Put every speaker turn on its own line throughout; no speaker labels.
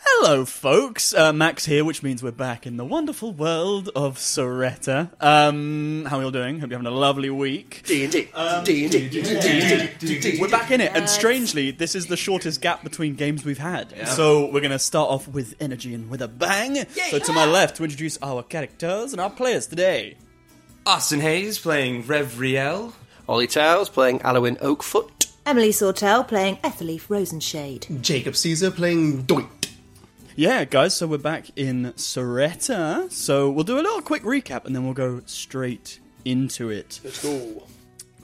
Hello, folks. Uh, Max here, which means we're back in the wonderful world of Soretta. Um, how are you all doing? Hope you're having a lovely week.
D&D. D&D. D&D.
We're back in it, and strangely, this is the shortest gap between games we've had. So we're going to start off with energy and with a bang. So to my left, to introduce our characters and our players today.
Austin Hayes playing Revriel.
Ollie Towles playing Alowin Oakfoot.
Emily Sortel playing Etherleaf Rosenshade.
Jacob Caesar playing Doit.
Yeah, guys, so we're back in Soretta. So we'll do a little quick recap and then we'll go straight into it. Let's go.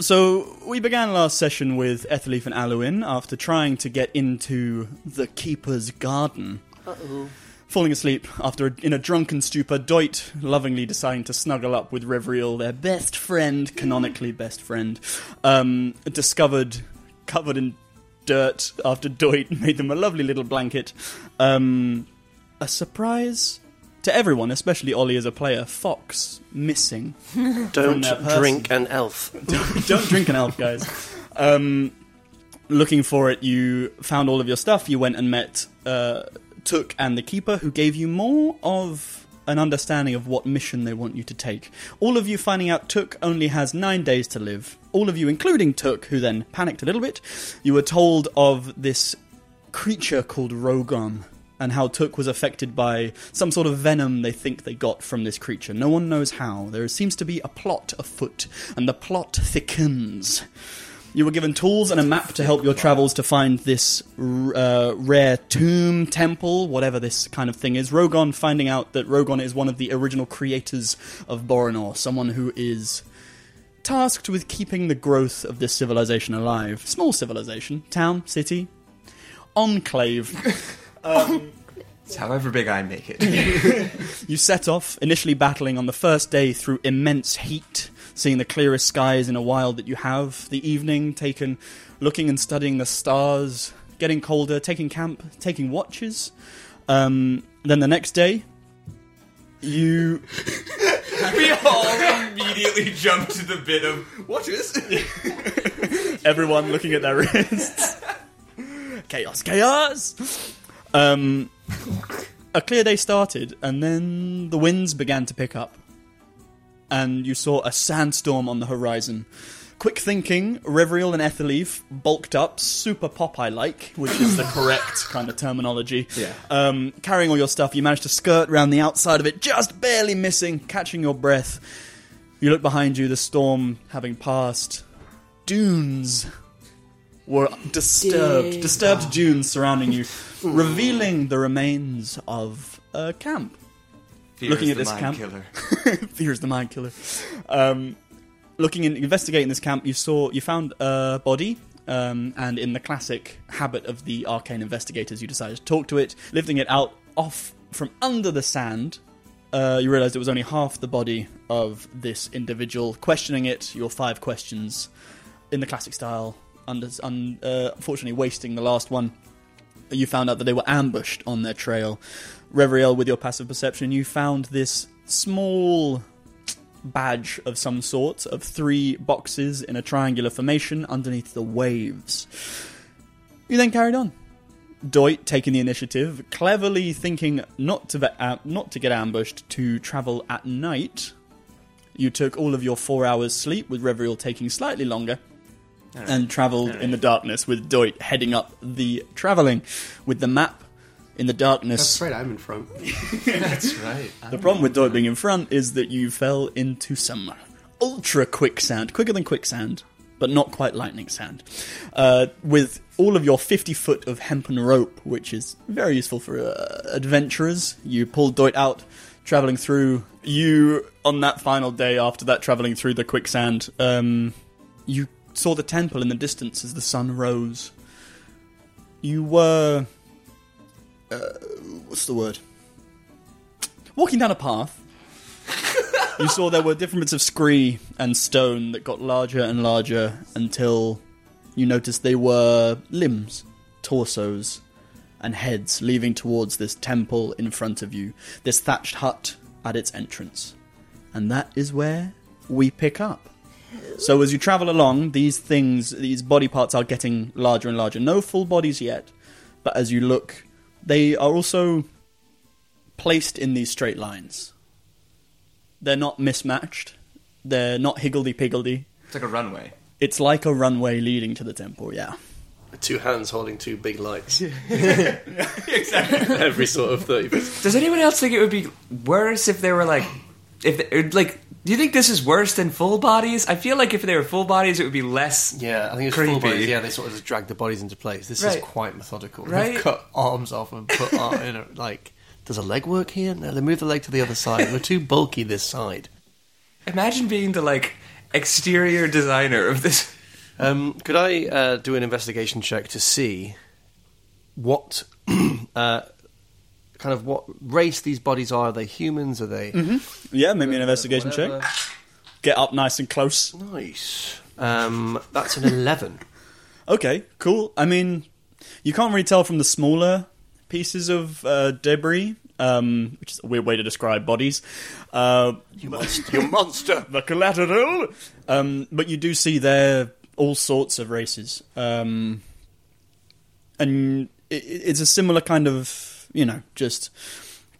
So we began last session with Etherleaf and Alwyn after trying to get into the Keeper's Garden. Uh-oh. Falling asleep after in a drunken stupor, Doit lovingly deciding to snuggle up with Revriel, their best friend, canonically best friend, um, discovered covered in dirt after Doit made them a lovely little blanket. Um, a surprise to everyone, especially Ollie as a player. Fox missing.
Don't
their person.
drink an elf.
Don't drink an elf, guys. Um, looking for it, you found all of your stuff. You went and met uh, Took and the Keeper, who gave you more of an understanding of what mission they want you to take. All of you finding out Took only has nine days to live. All of you, including Took, who then panicked a little bit, you were told of this creature called Rogon and how Took was affected by some sort of venom they think they got from this creature. No one knows how. There seems to be a plot afoot, and the plot thickens. You were given tools and a map to help your travels to find this r- uh, rare tomb, temple, whatever this kind of thing is. Rogon finding out that Rogon is one of the original creators of Boronor, someone who is tasked with keeping the growth of this civilization alive. Small civilization, town, city, enclave.
It's however big I make it.
You set off, initially battling on the first day through immense heat, seeing the clearest skies in a while that you have, the evening taken looking and studying the stars, getting colder, taking camp, taking watches. Um, then the next day, you.
we all immediately jump to the bit of what is
Everyone looking at their wrists. chaos, chaos! Um, a clear day started, and then the winds began to pick up and you saw a sandstorm on the horizon. Quick thinking, Reveriel and Etherleaf bulked up, super Popeye like, which is the correct kind of terminology.
Yeah.
Uh,
Um, carrying all your stuff, you managed to skirt round the outside of it, just barely missing, catching your breath. You look behind you, the storm having passed. Dunes were disturbed,
Dude.
disturbed dunes surrounding you, revealing the remains of a camp.
Fear
Looking
is
at
the
this
mind
camp.
killer.
Fear is the mind killer. Um, looking in, investigating this camp, you saw you found a body, um, and in the classic habit of the arcane investigators, you decided to talk to it, lifting it out off from under the sand. Uh, you realized it was only half the body of this individual. Questioning it, your five questions in the classic style. Under, un, uh, unfortunately, wasting the last one you found out that they were ambushed on their trail. Reveriel, with your passive perception, you found this small badge of some sort of three boxes in a triangular formation underneath the waves. You then carried on. Doit taking the initiative, cleverly thinking not to, ve- uh, not to get ambushed, to travel at night. You took all of your four hours sleep, with Reveriel taking slightly longer and travelled in the darkness with Doit heading up the travelling with the map in the darkness.
That's right, I'm in front.
That's right.
The problem with Doit being in front is that you fell into some ultra quicksand, quicker than quicksand, but not quite lightning sand, uh, with all of your 50 foot of hempen rope, which is very useful for uh, adventurers. You pulled Doit out. Traveling through, you on that final day after that traveling through the quicksand, um, you saw the temple in the distance as the sun rose. You were. Uh, what's the word? Walking down a path. you saw there were different bits of scree and stone that got larger and larger until you noticed they were limbs, torsos, and heads leaving towards this temple in front of you, this thatched hut at its entrance. And that is where we pick up. So as you travel along, these things, these body parts are getting larger and larger. No full bodies yet, but as you look, they are also placed in these straight lines. They're not mismatched. They're not higgledy piggledy.
It's like a runway.
It's like a runway leading to the temple. Yeah.
Two hands holding two big lights.
exactly.
Every sort of 30.
Does anyone else think it would be worse if they were like, if they, or, like, do you think this is worse than full bodies? I feel like if they were full bodies, it would be less.
Yeah, I think it's
Creepy.
full bodies. Yeah, they sort of just drag the bodies into place. This
Right.
is quite methodical.
Right.
They've cut arms off and put arm in. it, Like, does a leg work here? No, they move the leg to the other side. We're too bulky this side.
Imagine being the like exterior designer of this.
Um, could I uh, do an investigation check to see what uh, kind of what race these bodies are? Are they humans? Are they
Yeah. Maybe an investigation check. Get up nice and close.
nice? Um, that's an eleven.
Okay. Cool. I mean, you can't really tell from the smaller pieces of uh, debris, um, which is a weird way to describe bodies. Uh,
you monster!
the collateral. Um, but you do see there all sorts of races, um, and i i- it's a similar kind of you know just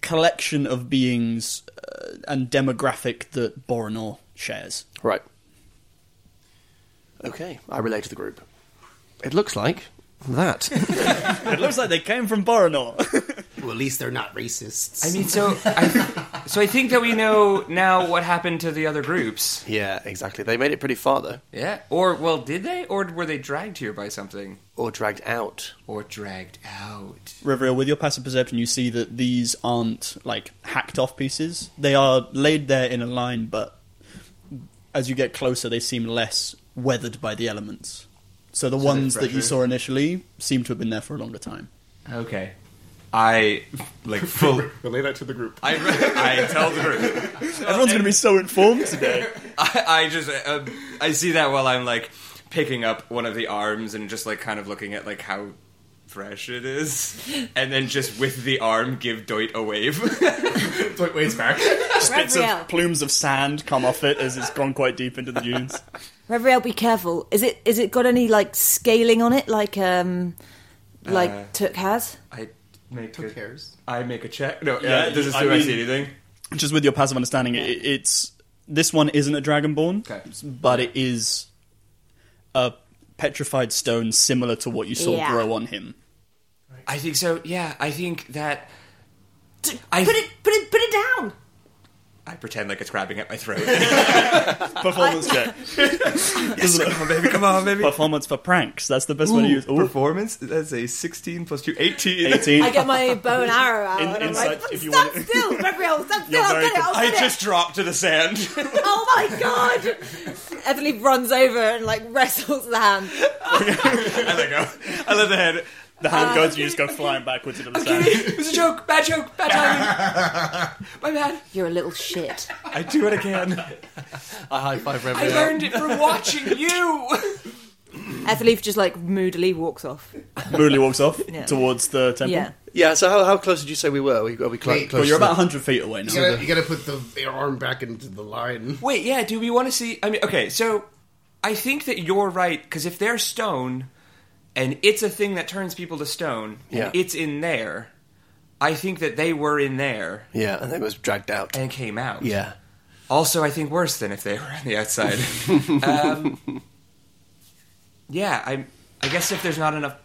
collection of beings uh, and demographic that Boronor shares.
Right. Okay, I relay to the group. It looks like that.
It looks like they came from Boronor.
Well, at least they're not racists.
I mean, so I, so I think that we know now what happened to the other groups.
yeah, exactly. They made it pretty far though,
Yeah. Or well, did they? Or were they dragged here by something?
or dragged out.
Or dragged out?
Riverill, with your passive perception, you see that these aren't like hacked off pieces. They are laid there in a line, but as you get closer, they seem less weathered by the elements. So the ones that you
fresher.
saw initially seem to have been there for a longer time.
Okay. I like full.
relay that to the group.
I, I tell the group.
Everyone's going to be so informed today.
I, I just um, I see that while I'm like picking up one of the arms and just like kind of looking at like how fresh it is, and then just with the arm give Doit a wave.
Wait, wait, it's back.
Bits
Revriel.
of plumes of sand come off it as it's gone quite deep into the dunes.
Revriel, be careful. Is it is it got any like scaling on it, like um, like
Uh,
Took has?
I make
Who
a,
cares?
I make a check. No,
Yeah,
yeah, does this
I
do I
mean-
see anything?
Just with your passive understanding, it, it's this one isn't a dragonborn,
Okay.
but it is a petrified stone similar to what you saw
Yeah.
grow on him.
I think so. Yeah, I think that I-
I, put it, put it, put it down.
I pretend like it's grabbing at my throat.
Performance check.
come on, baby. Come on, baby.
Performance for pranks. That's the best way to use. Ooh,
Performance. That's a sixteen plus two. Eighteen.
18.
I get my bow and arrow out.
In-
and I'm
insight,
like,
if you
stand
want it."
still, Revriel, stand still.
You're
I'll
very
get it. I'll
I
get
just
it.
dropped to the sand.
Oh my god! Etherly runs over and like wrestles the hand.
I let go. I let the head.
the hand goes, you just go flying backwards into the sand.
it was a joke. Bad joke. Bad timing. my bad.
You're a little shit.
I do what I can.
I high five
I learned it from watching you.
Etherleaf just like moodily walks off.
Moodley walks off
Yeah.
towards the temple.
Yeah.
Yeah. So how, how close did you say we were? Are we, are we clo-
Wait,
close?
Well, you're
to the-
about 100 feet away now.
You gotta, you gotta put the, the arm back into the line.
Wait, yeah. Do we want to see? I mean, okay. So I think that you're right because if they're stone, and it's a thing that turns people to stone,
Yeah.
and it's in there, I think that they were in there
Yeah, and it was dragged out.
and came out.
Yeah.
Also, I think worse than if they were on the outside. um, yeah, I. I guess if there's not enough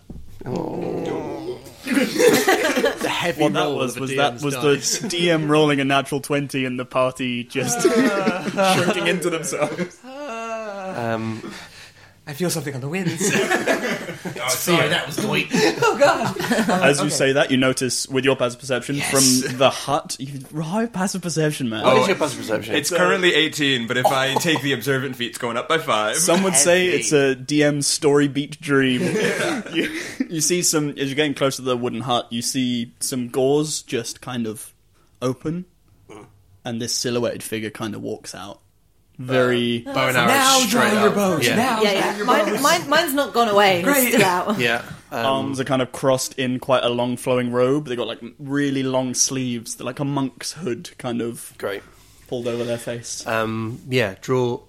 The heavy
What that was was that was the DM rolling a natural 20 and the party just shrinking into themselves.
Um,
I feel something on the winds.
Oh,
Sorry, that was Doit.
As you say that, you notice with your passive perception from the hut. You, high passive perception, man.
what
Oh,
is your passive perception?
It's currently 18, but if I take the observant feat, it's going up by 5.
Some would say
Heavy.
it's a DM story beat dream. you, you see some as you're getting close to the wooden hut. You see some gauze just kind of open, and this silhouetted figure kind of walks out. Very
Uh,
bow and arrow straight up. Yeah.
Oh,
Yeah, yeah. Mine, mine, mine's not gone away.
Great.
It's still out.
Yeah. Um,
arms are kind of crossed in quite a long flowing robe. They got like really long sleeves, They're like a monk's hood, kind of
great.
pulled over their face.
Uh,
Um, yeah. Draw.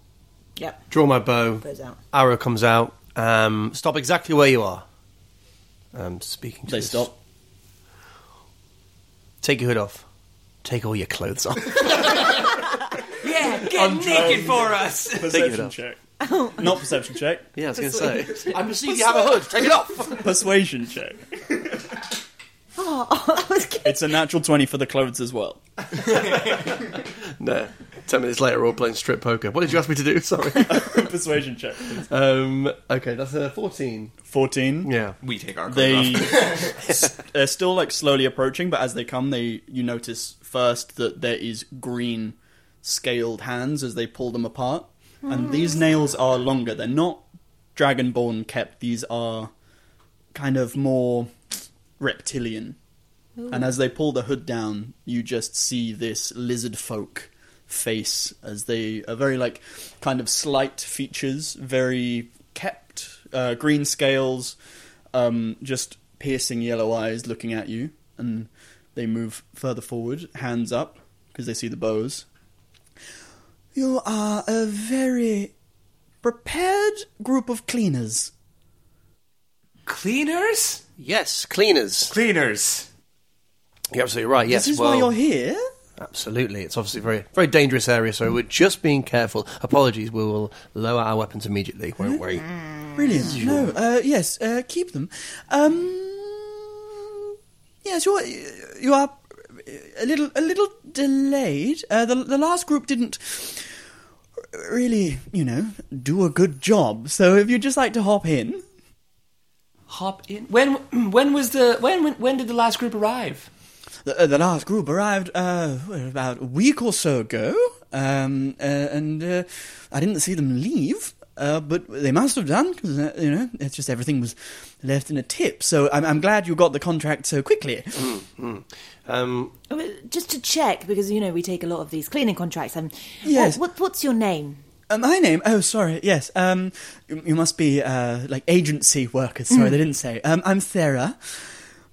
Yep.
Draw my bow.
Goes out.
Arrow comes out. Um, stop exactly where you are. Um, speaking. To
they
this-
stop.
Take your hood off. Take all your clothes off.
Yeah, get naked for us.
it
Perception
up.
check. Not perception check.
yeah, I was going to say.
I perceive you have a hood. Take it off.
Persuasion check.
Oh, that was good.
It's a natural twenty for the clothes as well.
No. Ten minutes later, we're all playing strip poker. What did you ask me to do? Sorry.
Persuasion check. please.
um, okay, that's a 14.
Fourteen.
Yeah.
We take our
They
clothes off.
s- they're still like slowly approaching, but as they come, they you notice first that there is green scaled hands as they pull them apart, and these nails are longer. They're not dragonborn kept. These are kind of more reptilian. And as they pull the hood down, you just see this lizard folk face as they are very like kind of slight features, very kept, uh, green scales, um, just piercing yellow eyes looking at you. And they move further forward, hands up, because they see the bows. You are a very prepared group of cleaners.
Cleaners?
Yes, cleaners.
Cleaners.
You're absolutely right. Yes,
this is
well,
why you're here.
absolutely. It's obviously a very, very dangerous area, so we're just being careful. Apologies, we will lower our weapons immediately, won't we?
Hmm. Brilliant. No, uh, yes, uh, keep them. Um, yes, you're, you are a little a little delayed. Uh, the the last group didn't really, you know, do a good job. So if you'd just like to hop in,
Hop in. When when was the when when, when did the last group arrive?
the, uh, the last group arrived uh, about a week or so ago, um, uh, and uh, I didn't see them leave. Uh, but they must have done because uh, you know it's just everything was left in a tip. So I'm, I'm glad you got the contract so quickly.
Um,
Just to check, because you know we take a lot of these cleaning contracts. Um,
Yes.
What, what, what's your name?
Uh, my name? Oh, sorry. Yes. Um, you, you must be uh, like agency workers. Sorry,
Mm.
they didn't say. Um, I'm Thera.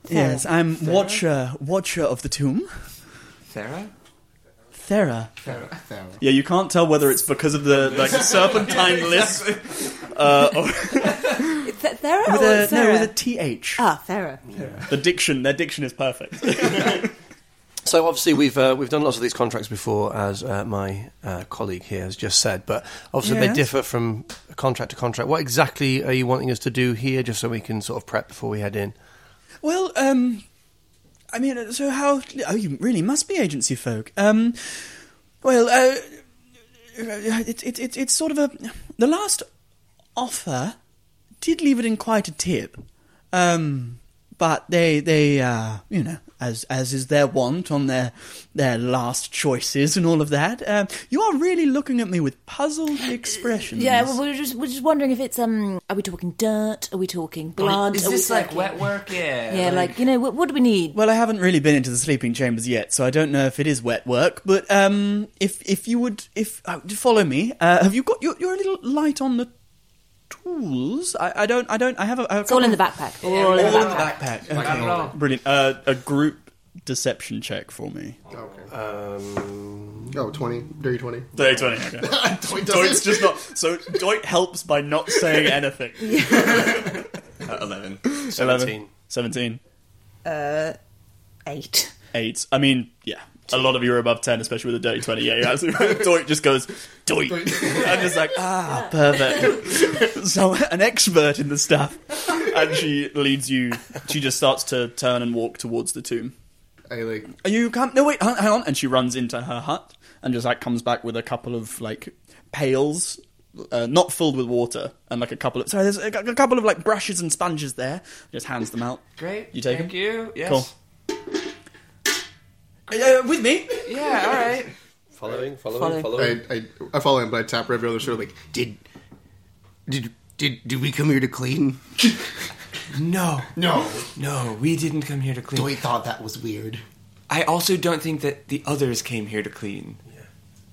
Yes, I'm watcher, watcher of the tomb.
Thera?
Thera. Yeah, you can't tell whether it's because of the like serpentine list. Uh, or,
Th- Thera
with
or
a, no,
Sarah?
with a th.
Ah, Thera.
The diction, their diction is perfect.
So obviously we've uh, we've done lots of these contracts before, as uh, my uh, colleague here has just said. But obviously they
Yes.
differ from contract to contract. What exactly are you wanting us to do here, just so we can sort of prep before we head in?
Well, um, I mean, uh, so how? Oh, you really must be agency folk. Um, well, uh, it, it, it, it's sort of a. The last offer did leave it in quite a tip, um, but they they uh, you know as as is their wont on their their last choices and all of that. Um, you are really looking at me with puzzled expressions.
Yeah, well, we're just we're just wondering if it's um, are we talking dirt? Are we talking blood?
Is
Are we
this like
talking-
wet work? Yeah.
Yeah, like you know, what, what do we need?
Well, I haven't really been into the sleeping chambers yet, so I don't know if it is wet work. But um, if if you would, if uh, follow me, uh, have you got you're, you're a little light on the tools? I, I don't, I don't, I have a. a
It's all in the backpack. All in the
All in the
backpack.
backpack. Okay.
Not at all.
Brilliant. Uh, a group deception check for me.
Oh, 20. Dirty 20.
Thirty twenty. Okay.
Doit's
just not. So Doit helps by not saying anything.
Uh, 11.
Seventeen.
Seventeen.
Eight.
Eight. I mean, yeah. A lot of you are above ten, especially with a dirty twenty. Yeah, you're absolutely right. Doit just goes doit. I'm just like ah, perfect. so an expert in the stuff, and she leads you. She just starts to turn and walk towards the tomb.
I like.
Are you come? No, wait, hang hang on. And she runs into her hut and just like comes back with a couple of like pails, uh, not filled with water, and like a couple of sorry, there's a, a couple of like brushes and sponges there. Just hands them out.
Great.
You take
Thank
them?
you. Yes.
Cool. Uh, with me.
Yeah. All right.
Following, following,
Following.
I, I, I follow him, but I tap her every other shoulder, like, did. Did. Did, did we come here to clean?
No.
No.
No, we didn't come here to clean.
Doit thought that was weird.
I also don't think that the others came here to clean.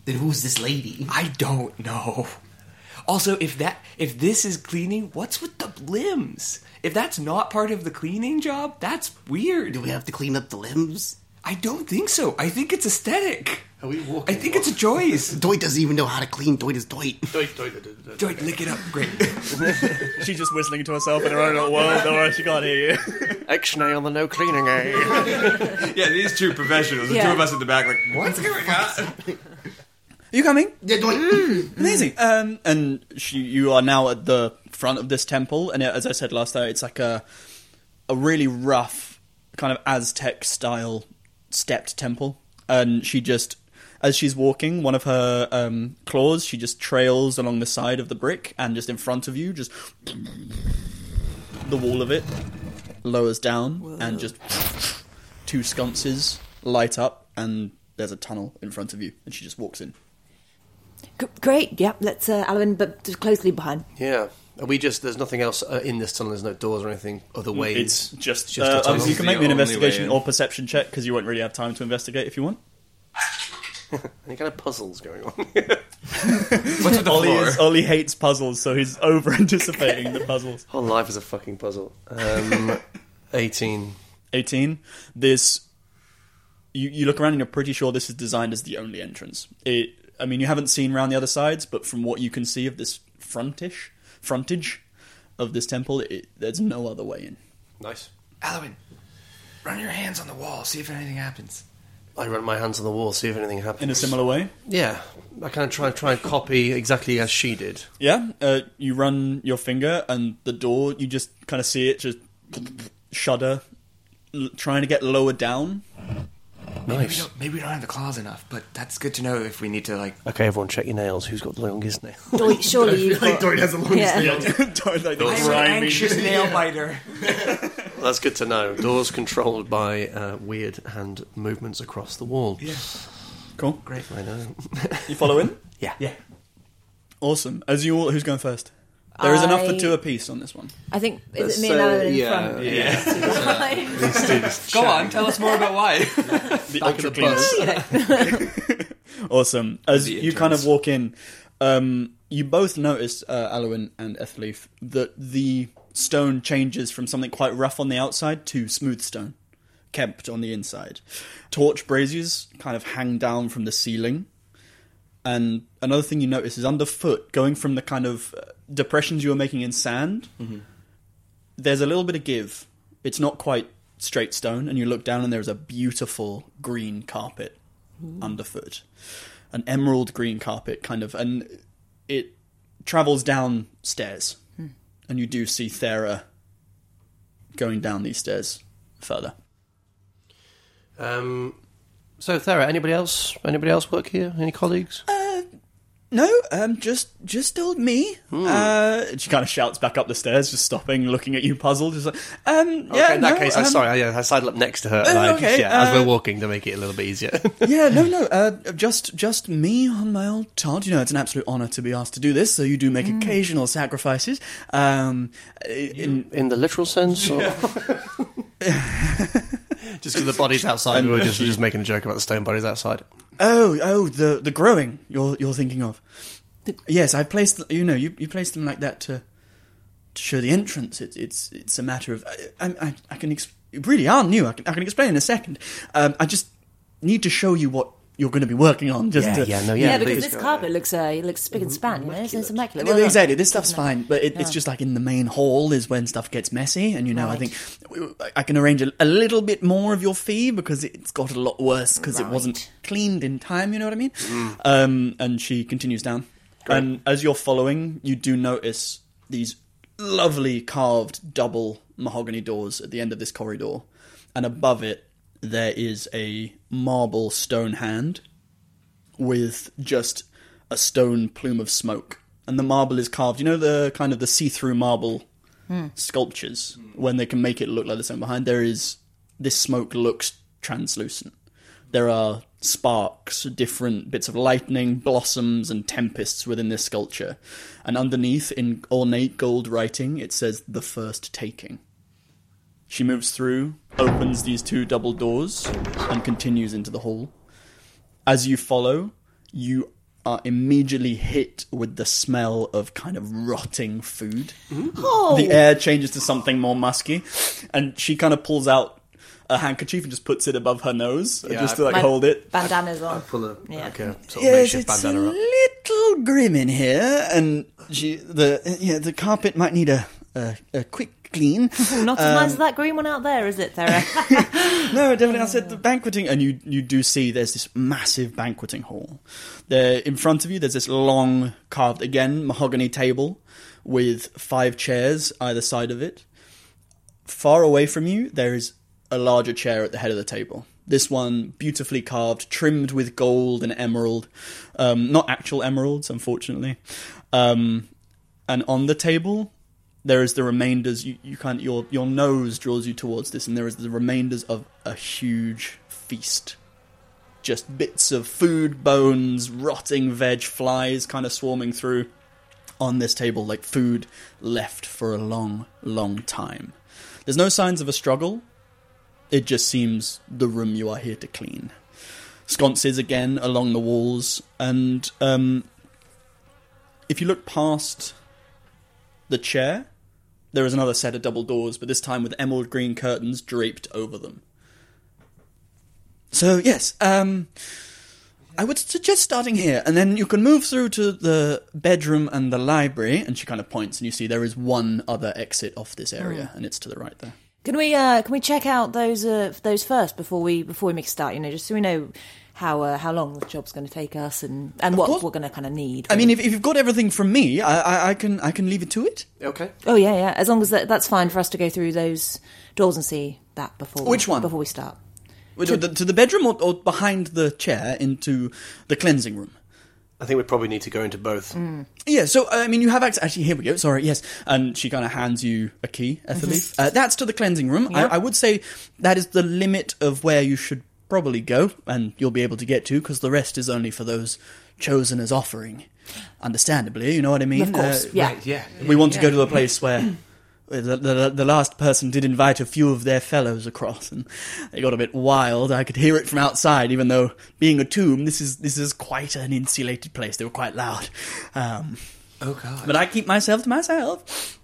Then who's this lady?
I don't know. Also, if that if this is cleaning, what's with the limbs? If that's not part of the cleaning job, that's weird.
have to clean up the limbs?
I don't think so. I think it's aesthetic.
Are we walking?
I think it's a choice.
Doit doesn't even know how to clean. Doit is Doit. Doit, Doit, Doit.
Don't lick it up. Great.
She's just whistling to herself in her own little world. Don't worry, she can't hear you.
Ixnay on the no cleaning, eh?
Yeah, these two professionals, the
Yeah.
two of us at the back, like, what's going on?
Are you coming?
Yeah, Doit.
Amazing. Um, and she, you are now at the front of this temple, and as I said last night, it's like a a really rough kind of Aztec style stepped temple. And she just, as she's walking, one of her um, claws, she just trails along the side of the brick, and just in front of you, just the wall of it lowers down, and just two sconces light up, and there's a tunnel in front of you, and she just walks in.
G- great. Yep. Let's uh, Alwyn, but just closely behind.
yeah. Are we just, there's nothing else uh, in this tunnel, there's no doors or anything, other ways.
Mm, It's just,
just
uh,
a tunnel.
you can make me an
The only
investigation
way in.
or perception check because you won't really have time to investigate if you want.
Any kind of puzzles going on?
What's with the
Ollie,
floor?
is, Ollie hates puzzles, so he's over anticipating the puzzles.
Whole life is a fucking puzzle. Um, 18.
Eighteen. This, you you look around and you're pretty sure this is designed as the only entrance. It. I mean, you haven't seen round the other sides, but from what you can see of this frontish frontage of this temple, it, there's no other way in.
Nice.
Alwyn, run your hands on the wall, see if anything happens.
I run my hands on the wall, see if anything happens.
In a similar way,
yeah, I kind of try try and copy exactly as she did.
Yeah, uh, you run your finger and the door. You just kind of see it just shudder, l- trying to get lower down.
Maybe we,
Nice.
don't, maybe we don't have the claws enough, but that's good to know if we need to, like,
Okay, everyone, check your nails. Who's got the longest nail?
Doit, surely
I
you've
feel like
got-
Doit has the longest
Yeah.
nails.
Don't, like, the
I'm an
grimy-
anxious nail biter.
That's good to know. Doors controlled by uh, weird hand movements across the wall.
Cool.
Great.
I know.
You follow in?
Yeah.
Yeah.
Awesome. As you all, who's going first? There is enough for
I-
two apiece on this one.
I think is
Let's
it me and
say-
Alwyn in
yeah,
front? Yeah.
Go on, tell us more about why.
The
the
ultra cleaners. awesome. As
The
you kind of
interns.
walk in, um, you both notice, uh, Alwyn and Ethleaf, that the stone changes from something quite rough on the outside to smooth stone, kept on the inside. Torch braziers kind of hang down from the ceiling. And another thing you notice is underfoot, going from the kind of uh, depressions you were making in sand, there's a little bit of give. It's not quite straight stone, and you look down and there's a beautiful green carpet underfoot, an emerald green carpet, kind of, and it travels down stairs, and you do see Thera going down these stairs further.
Um, so, Thera, anybody else? Anybody else work here? Any colleagues?
Uh, No, um, just just old me. Uh, she kind of shouts back up the stairs, just stopping, looking at you, puzzled. Just like, um, yeah.
okay, in that
no,
case,
um,
I'm sorry. I, yeah, I sidle up next to her. and
Oh,
I,
okay,
yeah, as
uh,
we're walking to make it a little bit easier.
yeah, no, no. Uh, just, just me on my old tod. You know, it's an absolute honour to be asked to do this. So you do
Mm.
make occasional sacrifices. Um, in,
in the literal sense? Or? just because the body's outside. We were just, just making a joke about the stone bodies outside.
oh, oh, the the growing you're you're thinking of. Yes, I placed. You know, you, you placed them like that to to show the entrance. It's it's it's a matter of. I I, I, I can ex- you really are new. I can I can explain in a second. Um, I just need to show you what you're going to be working on. Just
Yeah,
to,
yeah, no,
Yeah,
yeah.
because
please
this
go.
carpet looks uh, it looks spick and span. You know, it's, it's immaculate.
Well,
Well done.
exactly. This stuff's
Isn't
fine, but it, it's
Yeah.
just like in the main hall is when stuff gets messy, and you know, I
Right.
think I- I can arrange a, a little bit more of your fee because it's got a lot worse because it wasn't cleaned in time. You know what I mean? Um, and she continues down, and as you're following, you do notice these lovely carved double mahogany doors at the end of this corridor, and above it there is a marble stone hand with just a stone plume of smoke, and the marble is carved. You know the kind of the see-through marble sculptures when they can make it look like the stone behind. There is this smoke looks translucent. There are sparks, different bits of lightning, blossoms, and tempests within this sculpture, and underneath, in ornate gold writing, it says "the first taking." She moves through, opens these two double doors, and continues into the hall as you follow, you are immediately hit with the smell of kind of rotting
Oh,
Oh. food. The air changes to something more musky, and she kind of pulls out a handkerchief and just puts it above her nose,
Yeah,
just to
I-
like
My
hold it.
Bandana's on.
Pull a
Yeah.
like a sort of
Yes,
makeshift
it's
bandana
a
up.
little grim in here, and she, the yeah, the carpet might need a a, a quick clean.
Not as
Um,
nice as that green one out there, is it, Thera?
No, definitely. I said the banqueting, and you you do see there's this massive banqueting hall. There in front of you, there's this long carved again mahogany table with five chairs either side of it. Far away from you, there is a larger chair at the head of the table. This one beautifully carved, trimmed with gold and emerald, um, not actual emeralds, unfortunately. Um, and on the table there is the remainders you, you can't your your nose draws you towards this and there is the remainders of a huge feast just bits of food bones rotting veg flies kind of swarming through on this table like food left for a long long time there's no signs of a struggle it just seems the room you are here to clean sconces again along the walls and um, if you look past the chair, there is another set of double doors, but this time with emerald green curtains draped over them. So yes, um, I would suggest starting here, and then you can move through to the bedroom and the library. And she kind of points, and you see there is one other exit off this area, and it's to the right there.
Can we uh, can we check out those uh, those first before we before we make a start? You know, just so we know how uh, how long the job's going to take us and and what
course.
we're going to kind of need.
I mean, if, if you've got everything from me, I, I, I can I can leave it to it.
Okay.
oh yeah, yeah. As long as that, that's fine for us to go through those doors and see that before
Which one?
before we start.
To the, to the bedroom or, or behind the chair into the cleansing room.
I think we probably need to go into both.
Yeah, so uh, I mean, you have access. Actually, here we go. Sorry, yes. And she kind of hands you a key,
Mm-hmm.
Ethelief. uh, that's to the cleansing room.
Yeah.
I, I would say that is the limit of where you should probably go, and you'll be able to get to because the rest is only for those chosen as offering. Understandably, you know what I mean.
Of course,
Uh,
yeah.
Yeah.
we want to go to a place where the, the, the last person did invite a few of their fellows across, and it got a bit wild. I could hear it from outside, even though being a tomb, this is this is quite an insulated place. They were quite loud, um,
Oh god.
but I keep myself to myself.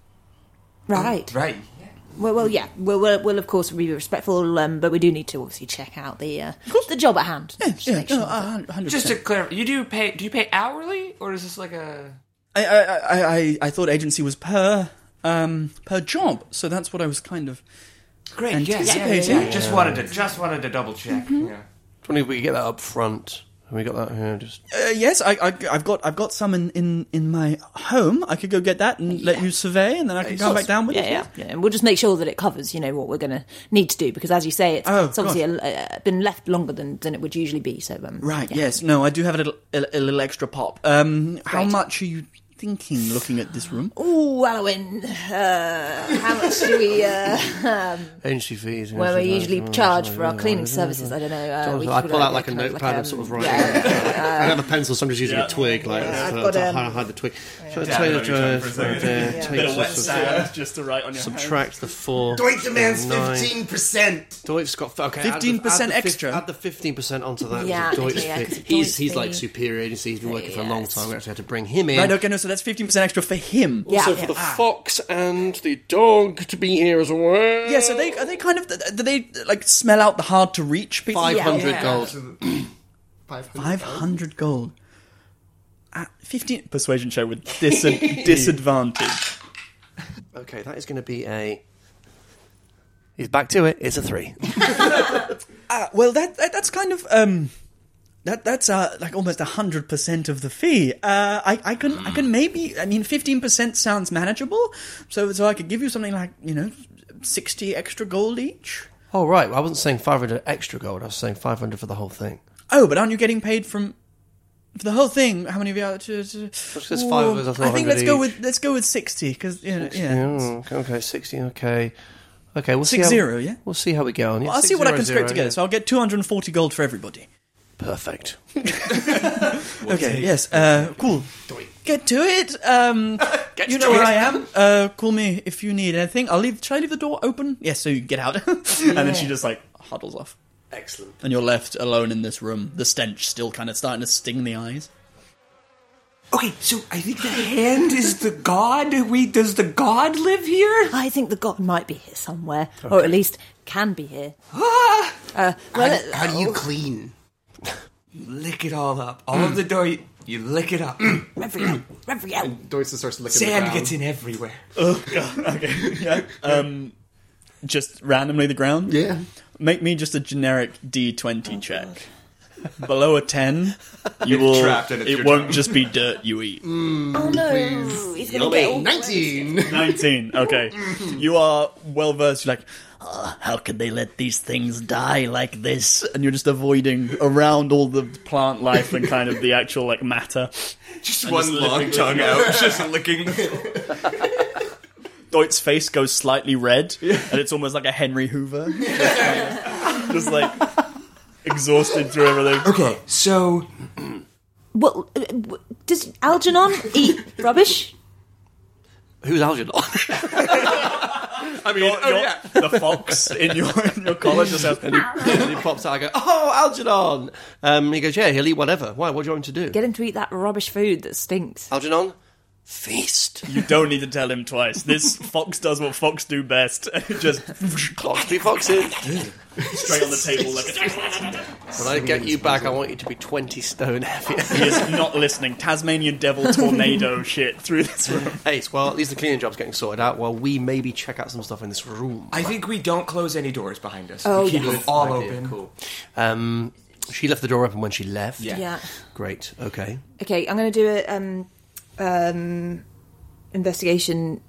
Right.
Right.
Well, well, yeah. We'll, we'll, we'll of course be respectful, um, but we do need to obviously check out the uh, the job at hand. Just to
Yeah,
make sure
no,
that-
a hundred
Just to
percent.
clarify, you do pay? Do you pay hourly, or is this like a?
I I- I- I- I thought agency was per um, per job, so that's what I was kind of.
Great. Yes. Yeah,
Anticipating.
yeah, yeah. Just wanted to. Just wanted to double check. Yeah.
Funny if we could get that up front. Have we got that here? Just
Uh, yes, I, I I've got I've got some in, in, in my home. I could go get that and let you survey, and then I can come back down with
Uh, Yeah,
it.
yeah, yeah. And we'll just make sure that it covers, you know, what we're going to need to do because, as you say, it's,
Oh,
it's obviously a, uh, been left longer than, than it would usually be. So, um,
Right.
yeah.
Yes. No. I do have a little, a, a little extra pop. Um, how
Great.
much are you thinking looking at this room?
Ooh, Halloween. Uh, how much do we? Uh,
agency fees. oh, you know,
where we
something like
usually
that.
charge for our cleaning services? I don't know. Uh, we
So I
could,
pull
uh,
out like a
kind of
notepad
um,
and sort of write.
yeah.
I have a pencil, so I'm just using a twig, like
uh,
I've
to,
got,
to
um,
hi- hide the twig. So
Yeah, I know what you're trying for a second.
takes us to
just to write on your
subtract the four.
Deutsche Mann's
Nine.
fifteen percent.
Deutsch's got okay. add the-
15%
add the fif-
extra.
Add the fifteen percent onto that.
Yeah,
Yeah, Deutsch
okay, yeah,
fee.
'cause it's
he's
Deutsch
he's like
fee.
superior agency. He's been working for a long
Yes.
time. We actually had to bring him in.
Right. Okay. No. So that's fifteen percent extra for him.
Yeah,
also
yeah.
for the
Ah.
fox and the dog to be here as well.
Yeah. So they uh, are they kind of do they like smell out the hard to reach people?
Five hundred
Yeah.
gold. Five hundred.
Five hundred gold. Uh, Fifteen persuasion show with dis- disadvantage.
Okay, that is going to be a. He's back to it. It's a three.
Uh, well, that, that that's kind of um, that that's uh like almost hundred percent of the fee. Uh, I I can I
Hmm.
can maybe I mean fifteen percent sounds manageable. So so I could give you something like you know sixty extra gold each.
oh, right. Well, I wasn't saying five hundred extra gold. I was saying five hundred for the whole thing.
Oh, but aren't you getting paid from? For the whole thing, how many of you are?
there's five of us, I thought
I think
100
let's go
each.
with let's go with sixty because you know, yeah,
Oh, okay, sixty. Okay, okay. We'll see
Six
how,
zero, yeah?
We'll see how we get on. Yeah,
I'll
six
see what I
zero
can scrape
zero,
together.
yeah.
So I'll get two hundred and forty gold for everybody.
Perfect.
Okay, yes, uh, cool. Get to it. Um, you know where I am. Uh, call me if you need anything. I'll leave. Should I leave the door open? Yes, so you can get out. and then she just like huddles off,
Excellent.
and you're left alone in this room. The stench still kind of starting to sting the eyes.
Okay, so I think the hand is the god. We does the god live here?
I think the god might be here somewhere, or at least can be here.
Ah,
uh,
How, do- how do you clean?
Lick it all up. All of the dirt, you lick it up.
Mm.
Reverie, reverie.
Doyson starts licking the
Sand
ground.
gets in everywhere.
Oh god. Okay. Yeah. Um, just randomly the ground.
Yeah.
Make me just a generic D twenty check. Below a ten, you
Oh, You're
will.
trapped in it if
it
you're
won't
trapped.
just be dirt you eat.
Oh no, he's gonna get all
19.
19. Okay. You are well versed. You're like, "Ah, how could they let these things die like this? And you're just avoiding around all the plant life and kind of the actual like matter.
Just one long
licking-
tongue out, just licking the
Deut's Oh, face goes slightly red, and it's almost like a Henry Hoover. just like exhausted through everything.
Okay, so
What uh, w- does Algernon eat? Rubbish.
Who's Algernon?
I mean, oh
Your-
yeah,
The fox in your in your collar just has
and he pops out. I go, oh, Algernon. Um, he goes, yeah, he'll eat whatever. Why? What do you want him to do?
Get him to eat that rubbish food that stinks.
Algernon, feast.
You don't need to tell him twice. This fox does what fox do best. just
Foxy, foxy.
straight on the table like a
when I get you back, I want you to be twenty stone heavier.
He is not listening. Tasmanian devil tornado shit through this room.
Ace. Well, at least the cleaning job's getting sorted out. While we maybe check out some stuff in this room.
I think we don't close any doors behind us.
Oh,
we keep
yes.
them all open.
Cool.
Um, she left the door open when she left.
Yeah.
Yeah.
Great. Okay.
Okay, I'm gonna do a um, um, investigation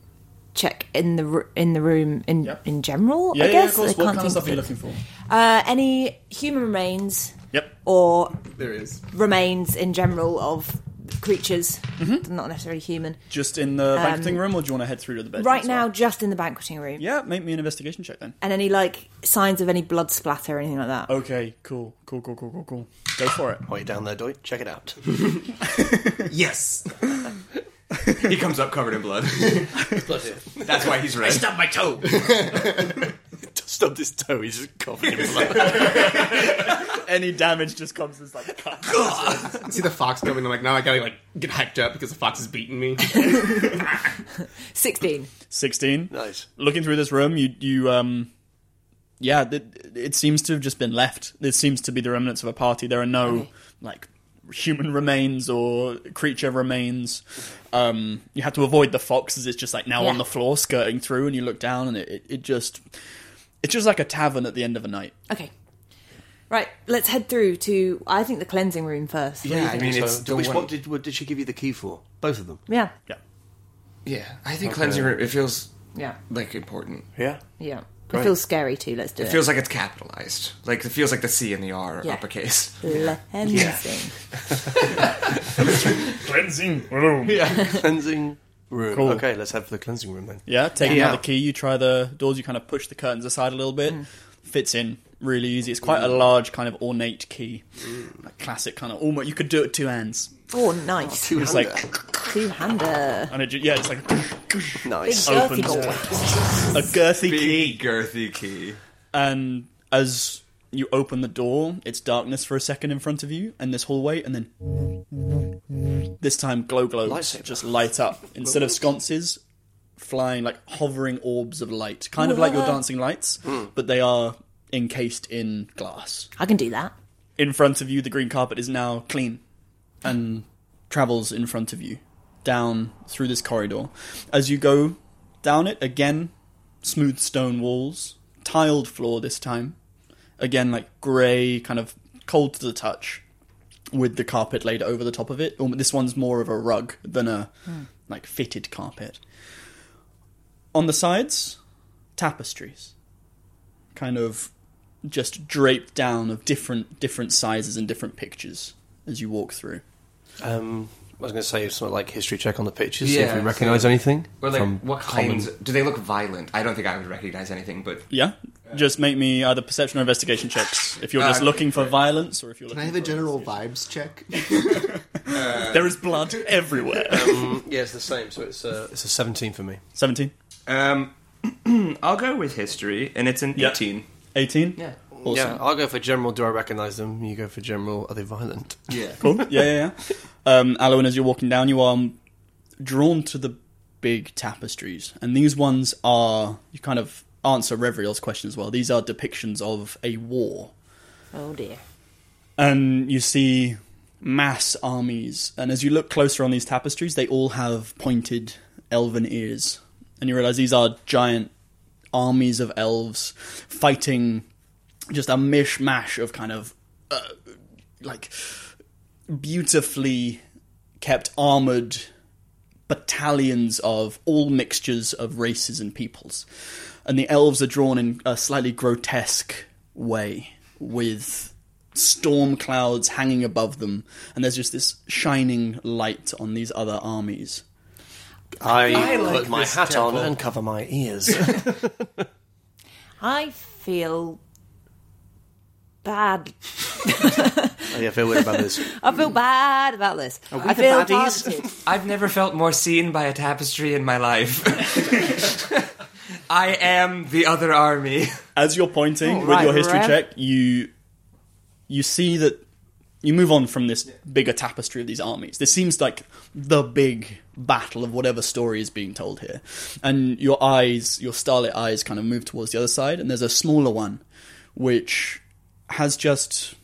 check in the ru- in the room in
Yep.
in general. I guess I can't think of it.
looking for?
Uh, any human remains
Yep.
or
There he is.
remains in general of creatures, not necessarily human.
Just in the banqueting room, or do you want to head through to the bed?
Um, Right now, just in the banqueting room,
Yeah, make me an investigation check then.
and any like signs of any blood splatter or anything like that.
Okay, cool, cool, cool, cool, cool, cool. Go for it.
While you're down there, Doy, check it out.
Yes.
He comes up covered in blood. That's why he's red.
Stub my toe. Stubbed his toe. He's just covered in blood.
Any damage just comes as like cut.
See the fox coming. I'm like, now I gotta like get hacked up because the fox is beating me.
Sixteen.
Sixteen.
Nice.
Looking through this room, you you um, yeah, th- it seems to have just been left. This seems to be the remnants of a party. There are no
Okay.
like human remains or creature remains. Um, you have to avoid the foxes. It's just like now
Yeah.
on the floor, skirting through, and you look down, and it, it, it just it's just like a tavern at the end of a night.
Okay. Right, let's head through to I think the cleansing room first.
yeah, I mean,
So,
it's the
which
one-
one did, what did she give you the key for? Both of them.
Yeah.
Yeah.
Yeah, I think cleansing room. It feels
Yeah.
like important.
Yeah.
Yeah. It
Great.
feels scary too. Let's do it.
It feels like it's capitalized. Like it feels like the C and the R are
Yeah.
uppercase.
cleansing.
Cleansing room. Yeah.
Cleansing room.
Cool.
Okay, let's head for the cleansing room then.
Yeah, taking out
Yeah.
the key, you try the doors, you kind of push the curtains aside a little bit.
Mm.
Fits in really easy. It's quite a large, kind of ornate key. Like classic kind of almost. You could do it with two hands.
Oh, nice.
It's like,
Two-hander.
and it, ju- yeah, it's like a
Nice.
Big
Opens.
dirty boy.
girthy key.
Big girthy key.
And as you open the door, it's darkness for a second in front of you and this hallway, and then this time glow globes
Lightsaber.
just light up instead of sconces, flying like hovering orbs of light, kind of like your dancing lights, but they are encased in glass.
I can do that.
in front of you, the green carpet is now clean and travels in front of you down through this corridor. As you go down it, again, smooth stone walls, tiled floor this time. Again, like grey, kind of cold to the touch, with the carpet laid over the top of it. Um, This one's more of a rug than a like fitted carpet. On the sides, tapestries, kind of just draped down of different different sizes and different pictures as you walk through.
Um, I was going to say something like history check on the pictures, see if
Yeah,
we recognise
so-
anything.
Or like,
from
what
common-
kinds? Do they look violent? I don't think I would recognize anything, but
Yeah, just make me either perception or investigation checks. If you're just
Uh,
looking for violence, or if you're
Can
looking
I have a
for-
general vibes check?
there is blood everywhere.
Mm, yeah, it's the same. So it's uh, a it's a seventeen for me.
Seventeen.
um, I'll go with history, and it's an
Yeah.
eighteen.
18?
Yeah.
Awesome.
Yeah, I'll go for general. Do I recognise them? You go for general. Are they violent?
Yeah.
Cool. Yeah, yeah, yeah. Um, Alwyn, as you're walking down, you are um, drawn to the big tapestries. And these ones are, you kind of answer Revriel's question as well. These are depictions of a war
Oh dear.
and Um, you see mass armies. And as you look closer on these tapestries, they all have pointed elven ears. And you realize these are giant armies of elves fighting just a mishmash of kind of uh, like beautifully kept armored battalions of all mixtures of races and peoples. And the elves are drawn in a slightly grotesque way with storm clouds hanging above them. And there's just this shining light on these other armies.
I,
like
put my
this
hat on
temple.
and cover my ears.
I feel bad.
yeah, I feel weird about this.
I feel bad about this.
we
I
the
feel
baddies?
targeted.
I've never felt more seen by a tapestry in my life. I am the other army.
As you're pointing with
Oh, right,
your history
Rev.
check, you you see that you move on from this bigger tapestry of these armies. This seems like the big battle of whatever story is being told here. And your eyes, your starlit eyes, kind of move towards the other side, and there's a smaller one which has just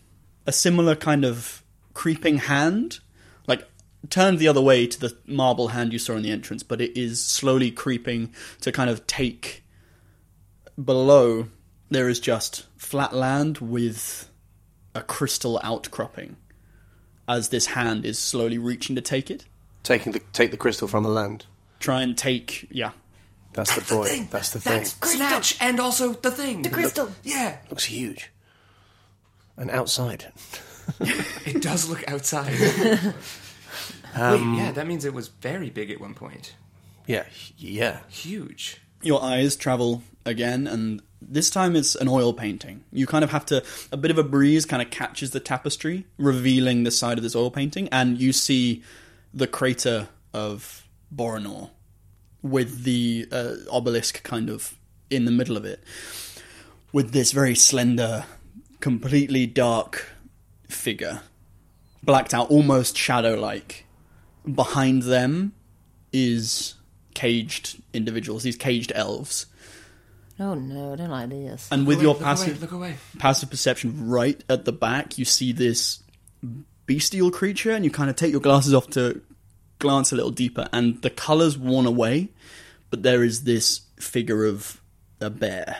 a similar kind of creeping hand, like turned the other way to the marble hand you saw in the entrance, but it is slowly creeping to kind of take below. There is just flat land with a crystal outcropping as this hand is slowly reaching to take it.
Taking the take the crystal from the land.
Try and take, yeah.
That's the point. That's the thing.
Snatch and also the thing. The
crystal.
Yeah,
Looks huge. And outside.
it does look outside. Wait, yeah, that means it was very big at one point.
Yeah, yeah.
Huge.
Your eyes travel again, and this time it's an oil painting. You kind of have to, a bit of a breeze kind of catches the tapestry, revealing the side of this oil painting, and you see the crater of Boronor with the uh, obelisk kind of in the middle of it. with this very slender, completely dark figure, blacked out, almost shadow like. Behind them is caged individuals, these caged elves.
Oh no, I don't like this.
And with
Wait,
your
look
passive
away, look away.
passive perception right at the back, you see this bestial creature, and you kind of take your glasses off to glance a little deeper, and the colors worn away, but there is this figure of a bear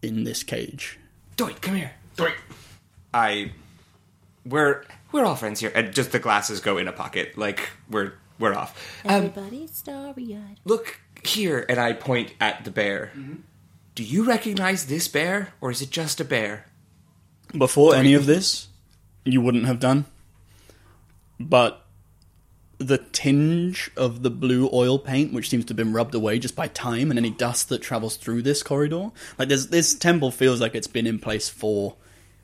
in this cage.
Doit, come here.
Doink.
I we're we're all friends here, and just the glasses go in a pocket. Like we're we're off. Um,
Everybody's starry-eyed.
look here, and I point at the bear. Do you recognize this bear, or is it just a bear?
before any of this, you wouldn't have done. But the tinge of the blue oil paint, which seems to have been rubbed away just by time and any dust that travels through this corridor, like there's, this temple feels like it's been in place for